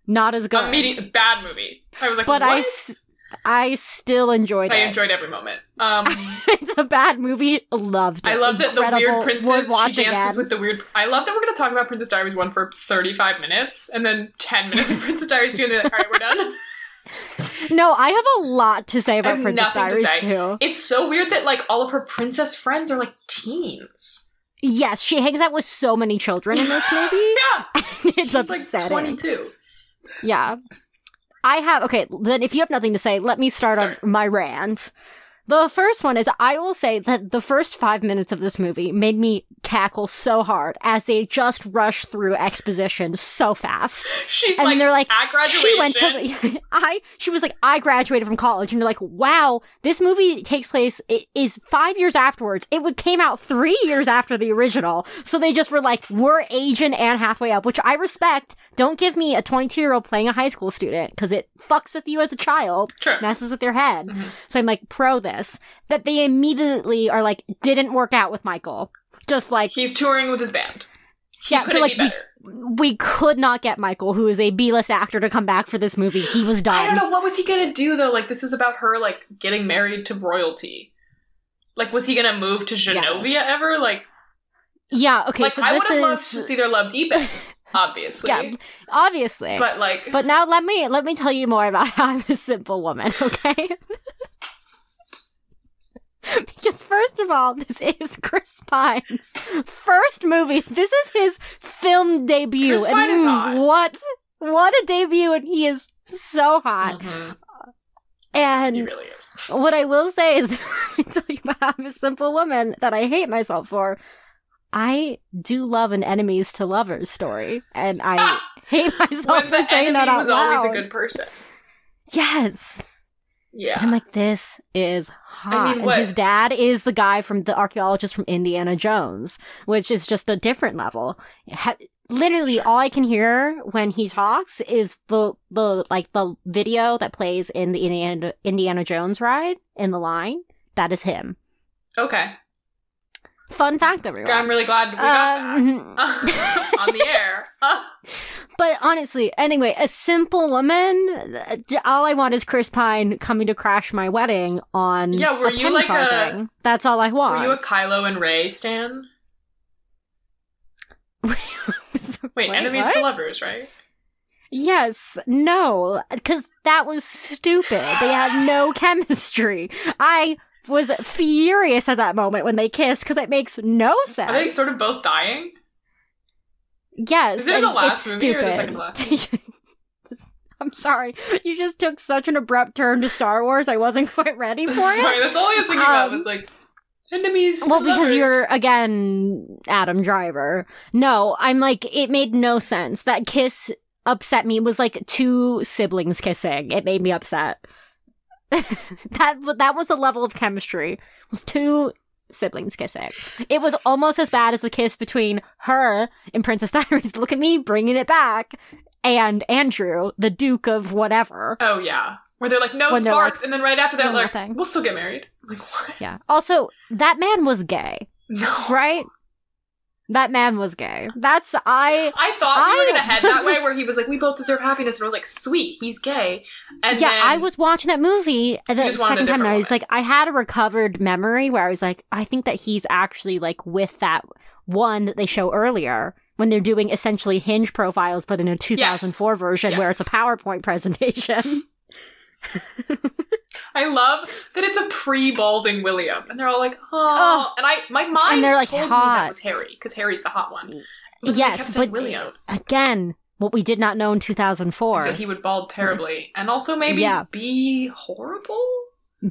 [SPEAKER 1] Not as good.
[SPEAKER 2] Immediate bad movie. I was like,
[SPEAKER 1] But I
[SPEAKER 2] what?
[SPEAKER 1] s- I still enjoyed
[SPEAKER 2] I
[SPEAKER 1] it.
[SPEAKER 2] enjoyed every moment. Um,
[SPEAKER 1] <laughs> it's a bad movie. Loved it.
[SPEAKER 2] I love that the
[SPEAKER 1] Incredible.
[SPEAKER 2] weird
[SPEAKER 1] Would
[SPEAKER 2] princess
[SPEAKER 1] watch
[SPEAKER 2] she
[SPEAKER 1] again.
[SPEAKER 2] dances with the weird. I love that we're going to talk about Princess Diaries one for thirty five minutes and then ten minutes of <laughs> Princess Diaries two, and they're like, all right,
[SPEAKER 1] <laughs>
[SPEAKER 2] we're done.
[SPEAKER 1] No, I have a lot to say about
[SPEAKER 2] have
[SPEAKER 1] Princess
[SPEAKER 2] nothing to
[SPEAKER 1] Diaries
[SPEAKER 2] say.
[SPEAKER 1] too.
[SPEAKER 2] It's so weird that like all of her princess friends are like teens.
[SPEAKER 1] Yes, she hangs out with so many children in this
[SPEAKER 2] <laughs>
[SPEAKER 1] movie. <laughs>
[SPEAKER 2] Yeah,
[SPEAKER 1] it's
[SPEAKER 2] she's like
[SPEAKER 1] upsetting.
[SPEAKER 2] twenty two.
[SPEAKER 1] Yeah. I have okay, then if you have nothing to say, let me start
[SPEAKER 2] Sorry.
[SPEAKER 1] on my rant. The first one is I will say that the first 5 minutes of this movie made me cackle so hard as they just rush through exposition so fast.
[SPEAKER 2] She's
[SPEAKER 1] And
[SPEAKER 2] like,
[SPEAKER 1] they're like,
[SPEAKER 2] at graduation.
[SPEAKER 1] She went to <laughs> I she was like I graduated from college and you're like, "Wow, this movie takes place it is 5 years afterwards. It would came out 3 years after the original." So they just were like, "We're aging Anne Hathaway up," which I respect. Don't give me a 22-year-old playing a high school student cuz it fucks with you as a child,
[SPEAKER 2] True.
[SPEAKER 1] messes with your head.
[SPEAKER 2] Mhm.
[SPEAKER 1] So I'm like pro this that they immediately are like didn't work out with Michael. Just like
[SPEAKER 2] He's touring with his band. He
[SPEAKER 1] Yeah,
[SPEAKER 2] couldn't
[SPEAKER 1] they're like,
[SPEAKER 2] be
[SPEAKER 1] we-
[SPEAKER 2] better.
[SPEAKER 1] we could not get Michael, who is a B-list actor, to come back for this movie. He was done.
[SPEAKER 2] I don't know what was he gonna do though. Like this is about her like getting married to royalty. Like was he gonna move to Genovia
[SPEAKER 1] Yes.
[SPEAKER 2] ever? Like
[SPEAKER 1] Yeah, okay,
[SPEAKER 2] like
[SPEAKER 1] so
[SPEAKER 2] I would
[SPEAKER 1] this
[SPEAKER 2] have
[SPEAKER 1] is
[SPEAKER 2] loved to see their love deep,
[SPEAKER 1] <laughs>
[SPEAKER 2] end, obviously.
[SPEAKER 1] yeah, obviously. But,
[SPEAKER 2] But like
[SPEAKER 1] now let me let me tell you more about <laughs> how I'm a simple woman, <laughs> okay? because first of all, this is Chris Pine's first movie. This is his film debut.
[SPEAKER 2] Chris Pine is
[SPEAKER 1] mm,
[SPEAKER 2] hot.
[SPEAKER 1] What what a debut and he is so hot.
[SPEAKER 2] mhm,
[SPEAKER 1] And
[SPEAKER 2] he really is.
[SPEAKER 1] What I will say is, <laughs> let me tell you about I'm a simple woman that I hate myself for. I do love an enemies to lovers story, and I <laughs> hate myself
[SPEAKER 2] Ah! When
[SPEAKER 1] for
[SPEAKER 2] the
[SPEAKER 1] saying
[SPEAKER 2] enemy
[SPEAKER 1] that out
[SPEAKER 2] was
[SPEAKER 1] loud.
[SPEAKER 2] always a good person.
[SPEAKER 1] yes,
[SPEAKER 2] Yeah.
[SPEAKER 1] And I'm like, this is hot.
[SPEAKER 2] mean, what-
[SPEAKER 1] And his dad is the guy from the archaeologist from Indiana Jones, which is just a different level. Ha- literally, all I can hear when he talks is the the like the video that plays in the Indiana Indiana Jones ride in the line. That is him.
[SPEAKER 2] okay.
[SPEAKER 1] Fun fact, everyone.
[SPEAKER 2] I'm really glad we got
[SPEAKER 1] Um, <laughs>
[SPEAKER 2] that <laughs> on the air.
[SPEAKER 1] But honestly, anyway, a simple woman. th- All I want is Chris Pine coming to crash my wedding on.
[SPEAKER 2] Yeah, were
[SPEAKER 1] a
[SPEAKER 2] you
[SPEAKER 1] penny
[SPEAKER 2] like a-
[SPEAKER 1] farthing. That's all I want.
[SPEAKER 2] Were you a Kylo and Ray stan? Wait, enemies
[SPEAKER 1] what?
[SPEAKER 2] to lovers, right?
[SPEAKER 1] <laughs> Yes, no, because that was stupid. They had
[SPEAKER 2] <gasps>
[SPEAKER 1] no chemistry. I was furious at that moment when they kissed because it makes no sense.
[SPEAKER 2] Are they sort of both dying?
[SPEAKER 1] Yes,
[SPEAKER 2] Is it in the
[SPEAKER 1] and
[SPEAKER 2] last
[SPEAKER 1] it's
[SPEAKER 2] movie or the
[SPEAKER 1] stupid.
[SPEAKER 2] second last
[SPEAKER 1] <laughs>
[SPEAKER 2] <laughs>
[SPEAKER 1] I'm sorry, you just took such an abrupt turn to Star Wars. I wasn't quite ready
[SPEAKER 2] <laughs>
[SPEAKER 1] for it.
[SPEAKER 2] Sorry, that's all I was thinking about
[SPEAKER 1] Um,
[SPEAKER 2] was like enemies. to
[SPEAKER 1] Well, because
[SPEAKER 2] lovers.
[SPEAKER 1] you're again Adam Driver. No, I'm like it made no sense. That kiss upset me. It was like two siblings kissing. It made me upset. <laughs> that that was the level of chemistry. It was two siblings kissing. It was almost as bad as the kiss between her and Princess <laughs> Diaries. Look at me bringing it back. And Andrew, the Duke of whatever.
[SPEAKER 2] Oh yeah, where they're like no
[SPEAKER 1] When they're
[SPEAKER 2] sparks,
[SPEAKER 1] like,
[SPEAKER 2] and then right after that,
[SPEAKER 1] no
[SPEAKER 2] like
[SPEAKER 1] nothing.
[SPEAKER 2] we'll still get married. I'm
[SPEAKER 1] <laughs>
[SPEAKER 2] like what?
[SPEAKER 1] Yeah. Also, that man was gay,
[SPEAKER 2] No,
[SPEAKER 1] right? That man was gay. That's I.
[SPEAKER 2] I thought we were
[SPEAKER 1] I
[SPEAKER 2] gonna head that
[SPEAKER 1] was-
[SPEAKER 2] way, where he was like, "We both deserve happiness," and I was like, "Sweet, he's gay." And
[SPEAKER 1] yeah,
[SPEAKER 2] then,
[SPEAKER 1] I was watching that movie the
[SPEAKER 2] just
[SPEAKER 1] second
[SPEAKER 2] wanted a
[SPEAKER 1] time, and
[SPEAKER 2] different
[SPEAKER 1] I was
[SPEAKER 2] woman.
[SPEAKER 1] like, I had a recovered memory where I was like, I think that he's actually like with that one that they show earlier when they're doing essentially hinge profiles, but in a 2004 version where it's a
[SPEAKER 2] Yes.
[SPEAKER 1] PowerPoint
[SPEAKER 2] <laughs>
[SPEAKER 1] presentation.
[SPEAKER 2] I love that it's a pre-balding William, and they're all like, "Oh,",
[SPEAKER 1] Oh.
[SPEAKER 2] and I my mind
[SPEAKER 1] And they're, like,
[SPEAKER 2] told me that was
[SPEAKER 1] hot.
[SPEAKER 2] Harry because Harry's the hot one. But they kept
[SPEAKER 1] yes,
[SPEAKER 2] saying
[SPEAKER 1] but
[SPEAKER 2] William.
[SPEAKER 1] again, what we did not know in
[SPEAKER 2] Is
[SPEAKER 1] 2004
[SPEAKER 2] that he would bald terribly, and also maybe
[SPEAKER 1] Yeah.
[SPEAKER 2] be horrible.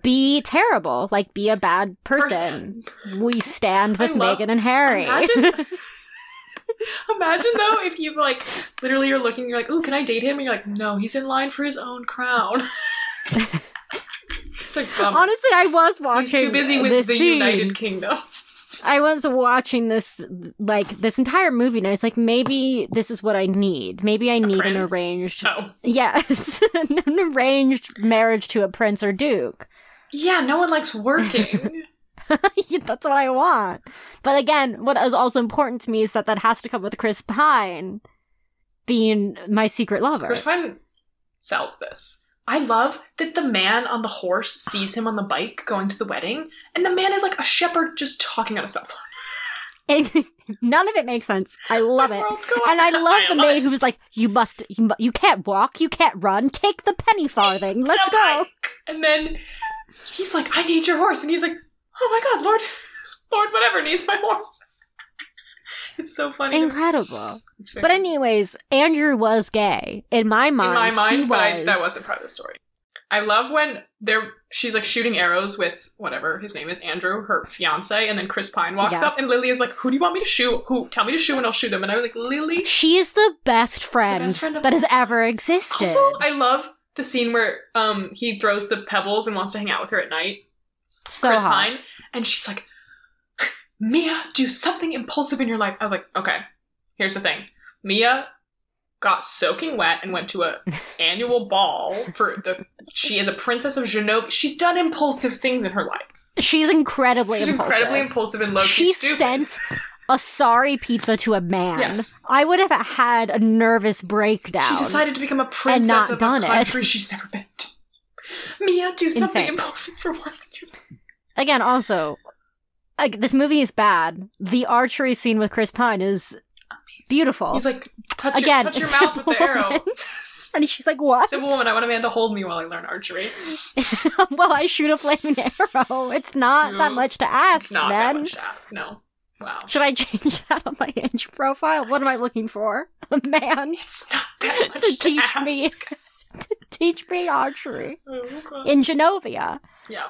[SPEAKER 1] be terrible, like be a bad person. We stand
[SPEAKER 2] I
[SPEAKER 1] with
[SPEAKER 2] love-
[SPEAKER 1] Megan and Harry.
[SPEAKER 2] Imagine, <laughs> imagine though if you like literally you're looking, you're like, "Ooh, can I date him?" And you're like, "No, he's in line for his own crown." <laughs> it's like bummer.
[SPEAKER 1] <laughs> Honestly, I was
[SPEAKER 2] he's
[SPEAKER 1] watching.
[SPEAKER 2] too busy with the
[SPEAKER 1] this scene. <laughs>
[SPEAKER 2] United Kingdom.
[SPEAKER 1] I was watching this like this entire movie and I was like, maybe this is what I need. Maybe I need an
[SPEAKER 2] Prince.
[SPEAKER 1] arranged
[SPEAKER 2] Oh.
[SPEAKER 1] Yes. <laughs> an arranged marriage to a prince or duke. <laughs>
[SPEAKER 2] Yeah, no one likes working.
[SPEAKER 1] That's what I want. But again, what is also important to me is that that has to come with Chris Pine being my secret lover.
[SPEAKER 2] Chris Pine sells this. I love that the man on the horse sees him on the bike going to the wedding, and the man is like a shepherd just talking on a cell phone.
[SPEAKER 1] And <laughs> none of it makes sense. I love
[SPEAKER 2] The
[SPEAKER 1] it.
[SPEAKER 2] world's going
[SPEAKER 1] And I
[SPEAKER 2] on.
[SPEAKER 1] love the
[SPEAKER 2] it.
[SPEAKER 1] maid who was like, "You must, you, mu- you can't walk, you can't run. Take the penny farthing. Let's
[SPEAKER 2] a
[SPEAKER 1] go."
[SPEAKER 2] bike. And then he's like, I need your horse. And he's like, oh my god, Lord, <laughs> Lord, whatever needs my horse. <laughs> it's so funny.
[SPEAKER 1] Incredible.
[SPEAKER 2] It's very-
[SPEAKER 1] But anyways, Andrew was gay in my
[SPEAKER 2] in
[SPEAKER 1] mind.
[SPEAKER 2] my
[SPEAKER 1] he was.
[SPEAKER 2] mind, but I, that wasn't part of the story. I love when they're she's like shooting arrows with whatever his name is, Andrew, her fiance, and then Chris Pine walks up
[SPEAKER 1] Yes.
[SPEAKER 2] and Lily is like, Who do you want me to shoot? Who tell me to shoot and I'll shoot them. And I was like, Lily
[SPEAKER 1] She is the best friend,
[SPEAKER 2] The best friend of-
[SPEAKER 1] that has ever existed.
[SPEAKER 2] Also, I love the scene where um he throws the pebbles and wants to hang out with her at night.
[SPEAKER 1] so
[SPEAKER 2] Chris
[SPEAKER 1] hot.
[SPEAKER 2] Pine, and she's like, Mia, do something impulsive in your life. I was like, okay, here's the thing. Mia got soaking wet and went to
[SPEAKER 1] <laughs>
[SPEAKER 2] a annual ball for the she is a princess of Genova. She's done impulsive things in her life.
[SPEAKER 1] She's incredibly
[SPEAKER 2] She's
[SPEAKER 1] impulsive.
[SPEAKER 2] incredibly impulsive and low
[SPEAKER 1] she
[SPEAKER 2] stupid.
[SPEAKER 1] sent a sorry pizza to a man.
[SPEAKER 2] Yes.
[SPEAKER 1] I would have had a nervous breakdown.
[SPEAKER 2] she decided to become a princess
[SPEAKER 1] not
[SPEAKER 2] of
[SPEAKER 1] done
[SPEAKER 2] a
[SPEAKER 1] it.
[SPEAKER 2] country she's never been to. Mia, do something
[SPEAKER 1] Insane.
[SPEAKER 2] impulsive for once. in your life.
[SPEAKER 1] Again, also, like, this movie is bad. The archery scene with Chris Pine is beautiful.
[SPEAKER 2] He's like, touch,
[SPEAKER 1] Again,
[SPEAKER 2] your,
[SPEAKER 1] <laughs>
[SPEAKER 2] touch your
[SPEAKER 1] it's a
[SPEAKER 2] mouth with the arrow.
[SPEAKER 1] woman. and she's like, "What?
[SPEAKER 2] <laughs> Simple woman, I want a man to hold me while I learn archery.
[SPEAKER 1] <laughs> well, I shoot a flaming arrow. It's not
[SPEAKER 2] No,
[SPEAKER 1] that much to ask,
[SPEAKER 2] It's not
[SPEAKER 1] man."
[SPEAKER 2] that much to ask. No. Wow.
[SPEAKER 1] Should I change that on my Hinge profile? What am I looking for? <laughs> A man
[SPEAKER 2] It's not that much
[SPEAKER 1] <laughs> to teach
[SPEAKER 2] ask.
[SPEAKER 1] me to teach me archery
[SPEAKER 2] Oh, God.
[SPEAKER 1] in Genovia.
[SPEAKER 2] <laughs> yeah.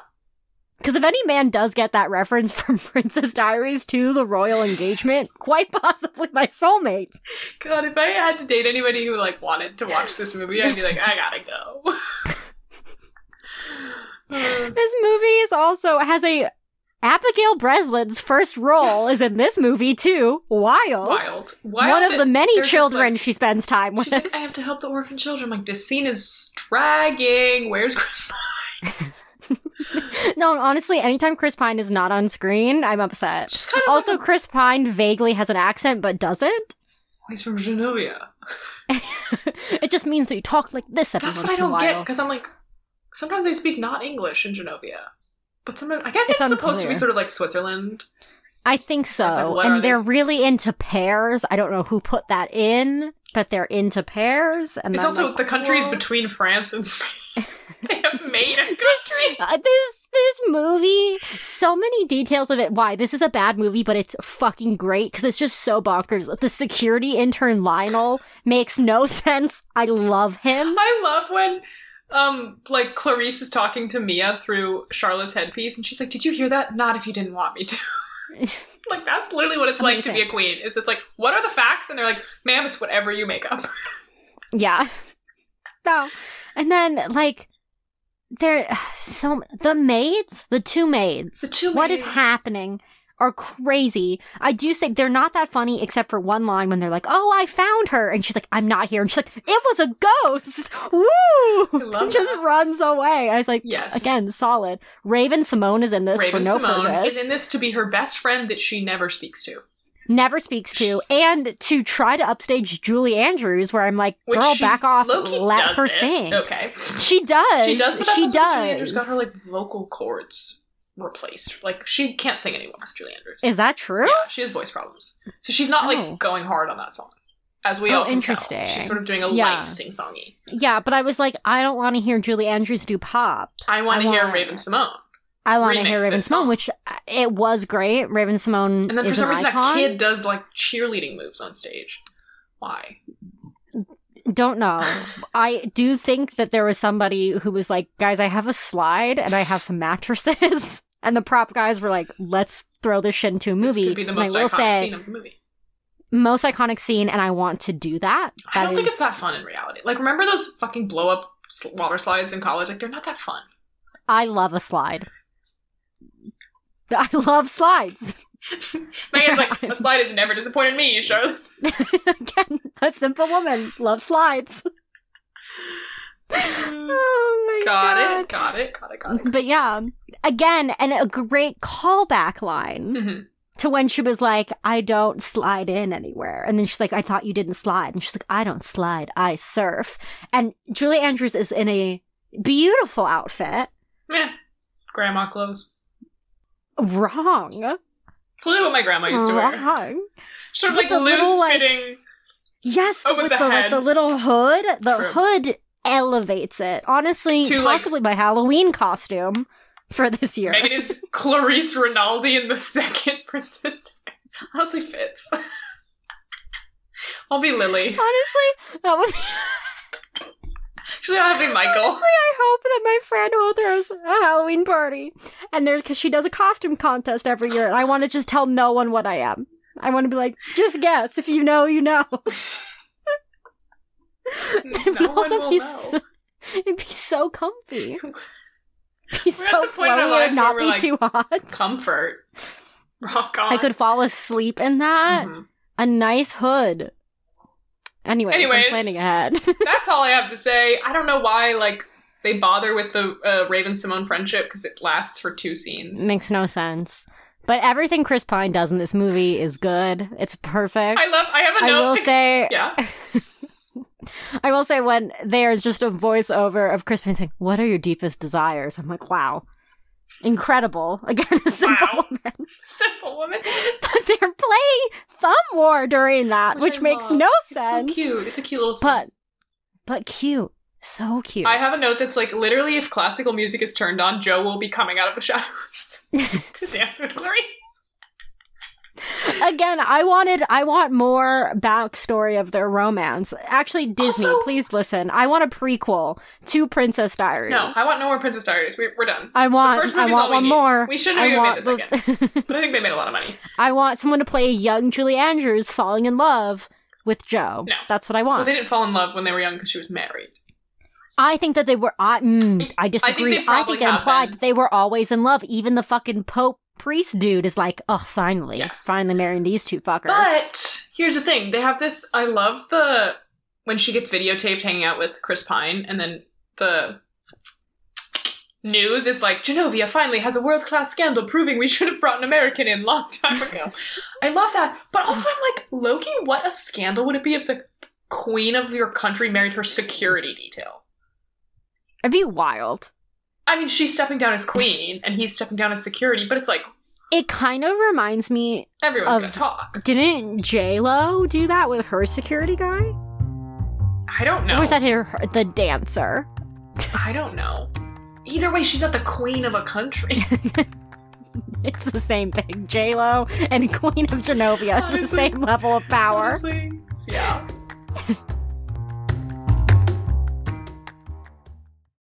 [SPEAKER 1] Because if any man does get that reference from <laughs> Princess Diaries to the royal engagement, quite possibly my soulmate.
[SPEAKER 2] God, if I had to date <laughs> anybody who like wanted to watch this movie, I'd be like, I gotta go.
[SPEAKER 1] This movie is also has a Abigail Breslin's first role
[SPEAKER 2] Yes.
[SPEAKER 1] is in this movie too. Wild.
[SPEAKER 2] wild. wild.
[SPEAKER 1] One of
[SPEAKER 2] that
[SPEAKER 1] the many
[SPEAKER 2] they're just
[SPEAKER 1] children
[SPEAKER 2] like-
[SPEAKER 1] she spends time with.
[SPEAKER 2] she's like, I have to help the orphan children. I'm like, this scene is dragging. Where's <laughs> Chris?
[SPEAKER 1] <laughs> no, honestly, anytime Chris Pine is not on screen, I'm upset.
[SPEAKER 2] Just kind of
[SPEAKER 1] also,
[SPEAKER 2] like
[SPEAKER 1] Chris Pine vaguely has an accent but doesn't. <laughs>
[SPEAKER 2] a- he's from Genovia.
[SPEAKER 1] It just means that you talk like this every
[SPEAKER 2] That's
[SPEAKER 1] once
[SPEAKER 2] what I
[SPEAKER 1] in a
[SPEAKER 2] don't
[SPEAKER 1] while.
[SPEAKER 2] get because I'm like, sometimes they speak not English in Genovia, but sometimes I guess
[SPEAKER 1] It's
[SPEAKER 2] it's, supposed to be
[SPEAKER 1] unclear.
[SPEAKER 2] sort of like Switzerland.
[SPEAKER 1] I think
[SPEAKER 2] It's like,
[SPEAKER 1] so.
[SPEAKER 2] what are
[SPEAKER 1] and they're
[SPEAKER 2] these-
[SPEAKER 1] really into pairs. I don't know who put that in, but they're into pairs. And
[SPEAKER 2] It's
[SPEAKER 1] I'm
[SPEAKER 2] also
[SPEAKER 1] like,
[SPEAKER 2] the countries
[SPEAKER 1] "Whoa."
[SPEAKER 2] between France and <laughs> Spain. they have made a country.
[SPEAKER 1] Uh, this this movie, so many details of it. Why this is a bad movie, but it's fucking great because it's just so bonkers. The security intern Lionel makes no <laughs> sense. I love him.
[SPEAKER 2] I love when. Um, like Clarice is talking to Mia through Charlotte's headpiece, and she's like, "Did you hear that? Not if you didn't want me to." <laughs> like that's literally what it's like to be
[SPEAKER 1] Amazing.
[SPEAKER 2] a queen. Is it's like, what are the facts? And they're like, "Ma'am, it's whatever you make up."
[SPEAKER 1] Yeah. <laughs> No. And then like there so the maids, the two maids.
[SPEAKER 2] The two
[SPEAKER 1] What is
[SPEAKER 2] maids.
[SPEAKER 1] happening? Are crazy. I do say they're not that funny except for one line when they're like, "Oh, I found her," and she's like, "I'm not here," and she's like, "It was a ghost." <laughs> Woo!
[SPEAKER 2] love
[SPEAKER 1] And just
[SPEAKER 2] that.
[SPEAKER 1] runs away. I was like,
[SPEAKER 2] Yes.
[SPEAKER 1] again, solid." Raven Simone is in this
[SPEAKER 2] Raven
[SPEAKER 1] for no
[SPEAKER 2] Simone
[SPEAKER 1] purpose.
[SPEAKER 2] is in this to be her best friend that she never speaks to.
[SPEAKER 1] never speaks to, and to try to upstage Julie Andrews, where I'm like,
[SPEAKER 2] Which
[SPEAKER 1] "Girl,
[SPEAKER 2] she
[SPEAKER 1] back off,
[SPEAKER 2] low-key
[SPEAKER 1] let
[SPEAKER 2] does
[SPEAKER 1] her
[SPEAKER 2] it.
[SPEAKER 1] sing."
[SPEAKER 2] Okay.
[SPEAKER 1] She does.
[SPEAKER 2] She does, but that's
[SPEAKER 1] she
[SPEAKER 2] also because Julie Andrews got
[SPEAKER 1] does.
[SPEAKER 2] her like vocal cords replaced. Like she can't sing anymore, Julie Andrews.
[SPEAKER 1] Is that true?
[SPEAKER 2] Yeah, she has voice problems. So she's not
[SPEAKER 1] Oh.
[SPEAKER 2] like going hard on that song. As we
[SPEAKER 1] Oh,
[SPEAKER 2] all can tell.
[SPEAKER 1] interesting.
[SPEAKER 2] She's sort of doing a
[SPEAKER 1] Yeah.
[SPEAKER 2] light sing songy.
[SPEAKER 1] Yeah. but I was like, I don't want to hear Julie Andrews do pop.
[SPEAKER 2] I want
[SPEAKER 1] I
[SPEAKER 2] to hear
[SPEAKER 1] want-
[SPEAKER 2] Raven Simone.
[SPEAKER 1] I want to hear
[SPEAKER 2] Remix
[SPEAKER 1] Raven
[SPEAKER 2] this
[SPEAKER 1] Simone,
[SPEAKER 2] song.
[SPEAKER 1] which uh, it was great. Raven Simone
[SPEAKER 2] And then for
[SPEAKER 1] is
[SPEAKER 2] some
[SPEAKER 1] an
[SPEAKER 2] reason
[SPEAKER 1] icon.
[SPEAKER 2] that kid does like cheerleading moves on stage. Why?
[SPEAKER 1] Don't
[SPEAKER 2] <laughs>
[SPEAKER 1] know. I do think that there was somebody who was like, guys, I have a slide and I have some mattresses, <laughs> and the prop guys were like, let's throw this shit into a movie.
[SPEAKER 2] This could be the
[SPEAKER 1] and I
[SPEAKER 2] most
[SPEAKER 1] will
[SPEAKER 2] iconic
[SPEAKER 1] say,
[SPEAKER 2] scene of the movie.
[SPEAKER 1] most iconic scene, and I want to do that.
[SPEAKER 2] I
[SPEAKER 1] That
[SPEAKER 2] don't think
[SPEAKER 1] is-
[SPEAKER 2] it's that fun in reality. Like, remember those fucking blow up s- water slides in college? Like, they're not
[SPEAKER 1] <laughs>
[SPEAKER 2] that fun.
[SPEAKER 1] I love a slide. <laughs> I love slides.
[SPEAKER 2] Megan's like, a slide has never disappointed
[SPEAKER 1] <laughs>
[SPEAKER 2] me,
[SPEAKER 1] Oh
[SPEAKER 2] Charlotte.
[SPEAKER 1] Again, a simple woman loves slides. <laughs> oh my
[SPEAKER 2] Mm. Got
[SPEAKER 1] god.
[SPEAKER 2] it, got it, got it, got it.
[SPEAKER 1] But yeah, again, and a great callback line
[SPEAKER 2] Mhm.
[SPEAKER 1] to when she was like, I don't slide in anywhere. And then she's like, I thought you didn't slide. And she's like, I don't slide, I surf. And Julie Andrews is in a beautiful outfit.
[SPEAKER 2] Meh. Grandma clothes.
[SPEAKER 1] Wrong.
[SPEAKER 2] It's literally what my grandma used to wear.
[SPEAKER 1] Wrong.
[SPEAKER 2] Sort of
[SPEAKER 1] With
[SPEAKER 2] like
[SPEAKER 1] the
[SPEAKER 2] loose
[SPEAKER 1] little, like-
[SPEAKER 2] fitting.
[SPEAKER 1] Yes,
[SPEAKER 2] Oh,
[SPEAKER 1] but with
[SPEAKER 2] with
[SPEAKER 1] the,
[SPEAKER 2] the
[SPEAKER 1] like,
[SPEAKER 2] head.
[SPEAKER 1] the little hood. The
[SPEAKER 2] True.
[SPEAKER 1] hood elevates it. Honestly,
[SPEAKER 2] To, like-
[SPEAKER 1] possibly my Halloween costume for this year.
[SPEAKER 2] Megan is Clarice Rinaldi in the <laughs> second Princess. Di- Honestly, fits. <laughs> I'll be
[SPEAKER 1] <laughs>
[SPEAKER 2] Lily.
[SPEAKER 1] Honestly, that would be.
[SPEAKER 2] Actually, I'll be Michael.
[SPEAKER 1] Honestly, I hope that my friend will throws a Halloween party, and there because she does a costume contest every year, and I want to just tell no one what I am. I want to be like, just guess. If you know, you know. <laughs> <laughs> It
[SPEAKER 2] No
[SPEAKER 1] would
[SPEAKER 2] one will
[SPEAKER 1] be
[SPEAKER 2] know.
[SPEAKER 1] so, it'd be so
[SPEAKER 2] <laughs>
[SPEAKER 1] comfy. It'd be
[SPEAKER 2] We're at
[SPEAKER 1] so
[SPEAKER 2] the point in
[SPEAKER 1] flowy. It
[SPEAKER 2] our
[SPEAKER 1] would
[SPEAKER 2] lives where
[SPEAKER 1] not
[SPEAKER 2] we're
[SPEAKER 1] be
[SPEAKER 2] like,
[SPEAKER 1] too hot.
[SPEAKER 2] Comfort. Oh, Rock on.
[SPEAKER 1] I could fall asleep in that.
[SPEAKER 2] Mhm.
[SPEAKER 1] A nice hood. Anyways,
[SPEAKER 2] Anyways.
[SPEAKER 1] I'm planning ahead. <laughs>
[SPEAKER 2] That's all I have to say. I don't know why like they bother with the uh, Raven Simone friendship because it lasts for two scenes.
[SPEAKER 1] Makes no sense. But everything Chris Pine does in this movie is good. It's perfect.
[SPEAKER 2] I love. I have a
[SPEAKER 1] I
[SPEAKER 2] note.
[SPEAKER 1] will
[SPEAKER 2] because-
[SPEAKER 1] say,
[SPEAKER 2] <laughs> yeah,
[SPEAKER 1] I will say when there's just a voiceover of Chris Pine saying, "What are your deepest desires?" I'm like, "Wow, incredible!" <laughs> Again, a simple
[SPEAKER 2] Wow.
[SPEAKER 1] woman.
[SPEAKER 2] simple woman.
[SPEAKER 1] <laughs> But they're playing Thumb War during that, which,
[SPEAKER 2] I
[SPEAKER 1] makes
[SPEAKER 2] love.
[SPEAKER 1] no
[SPEAKER 2] It's
[SPEAKER 1] sense.
[SPEAKER 2] so cute. It's a cute little. scene.
[SPEAKER 1] But, but cute, so cute.
[SPEAKER 2] I have a note that's like literally, if classical music is turned on, Joe will be coming out of the shadows <laughs> to dance with Clarice.
[SPEAKER 1] Again, I wanted, I want more backstory of their romance. Actually, Disney,
[SPEAKER 2] Also-
[SPEAKER 1] please listen. I want a prequel to Princess Diaries.
[SPEAKER 2] No, I want no more Princess Diaries. We, we're done.
[SPEAKER 1] I want,
[SPEAKER 2] first
[SPEAKER 1] I
[SPEAKER 2] movie's
[SPEAKER 1] want
[SPEAKER 2] all we
[SPEAKER 1] one
[SPEAKER 2] need.
[SPEAKER 1] more.
[SPEAKER 2] We shouldn't
[SPEAKER 1] I
[SPEAKER 2] have even made
[SPEAKER 1] want
[SPEAKER 2] this
[SPEAKER 1] the-
[SPEAKER 2] But I think they made a lot of money.
[SPEAKER 1] <laughs> I want someone to play young Julie Andrews falling in love with Joe.
[SPEAKER 2] No.
[SPEAKER 1] That's what I want.
[SPEAKER 2] Well, they didn't fall in love when they were young because she was married.
[SPEAKER 1] I think that they were. I, mm, I disagree. I think,
[SPEAKER 2] probably
[SPEAKER 1] it
[SPEAKER 2] have
[SPEAKER 1] implied
[SPEAKER 2] been.
[SPEAKER 1] that they were always in love. Even the fucking Pope priest dude is like, oh, finally,
[SPEAKER 2] Yes.
[SPEAKER 1] finally marrying these two fuckers.
[SPEAKER 2] But here's the thing: they have this. I love the when she gets videotaped hanging out with Chris Pine, and then the news is like Genovia finally has a world class scandal proving we should have brought an American in long time
[SPEAKER 1] <laughs>
[SPEAKER 2] ago. I love that, but also I'm like Loki. What a scandal would it be if the queen of your country married her security detail?
[SPEAKER 1] It'd be wild.
[SPEAKER 2] I mean, she's stepping down as queen, and he's stepping down as security, but it's like
[SPEAKER 1] It kind of reminds me.
[SPEAKER 2] everyone's
[SPEAKER 1] Of-
[SPEAKER 2] gonna talk.
[SPEAKER 1] Didn't J Lo do that with her security guy?
[SPEAKER 2] I don't know.
[SPEAKER 1] Or was that her, her- the dancer? <laughs>
[SPEAKER 2] I don't know. Either way, she's not the queen of a country.
[SPEAKER 1] It's the same thing. J Lo and Queen of Genovia. It's the
[SPEAKER 2] Honestly.
[SPEAKER 1] same level of power.
[SPEAKER 2] Honestly, yeah.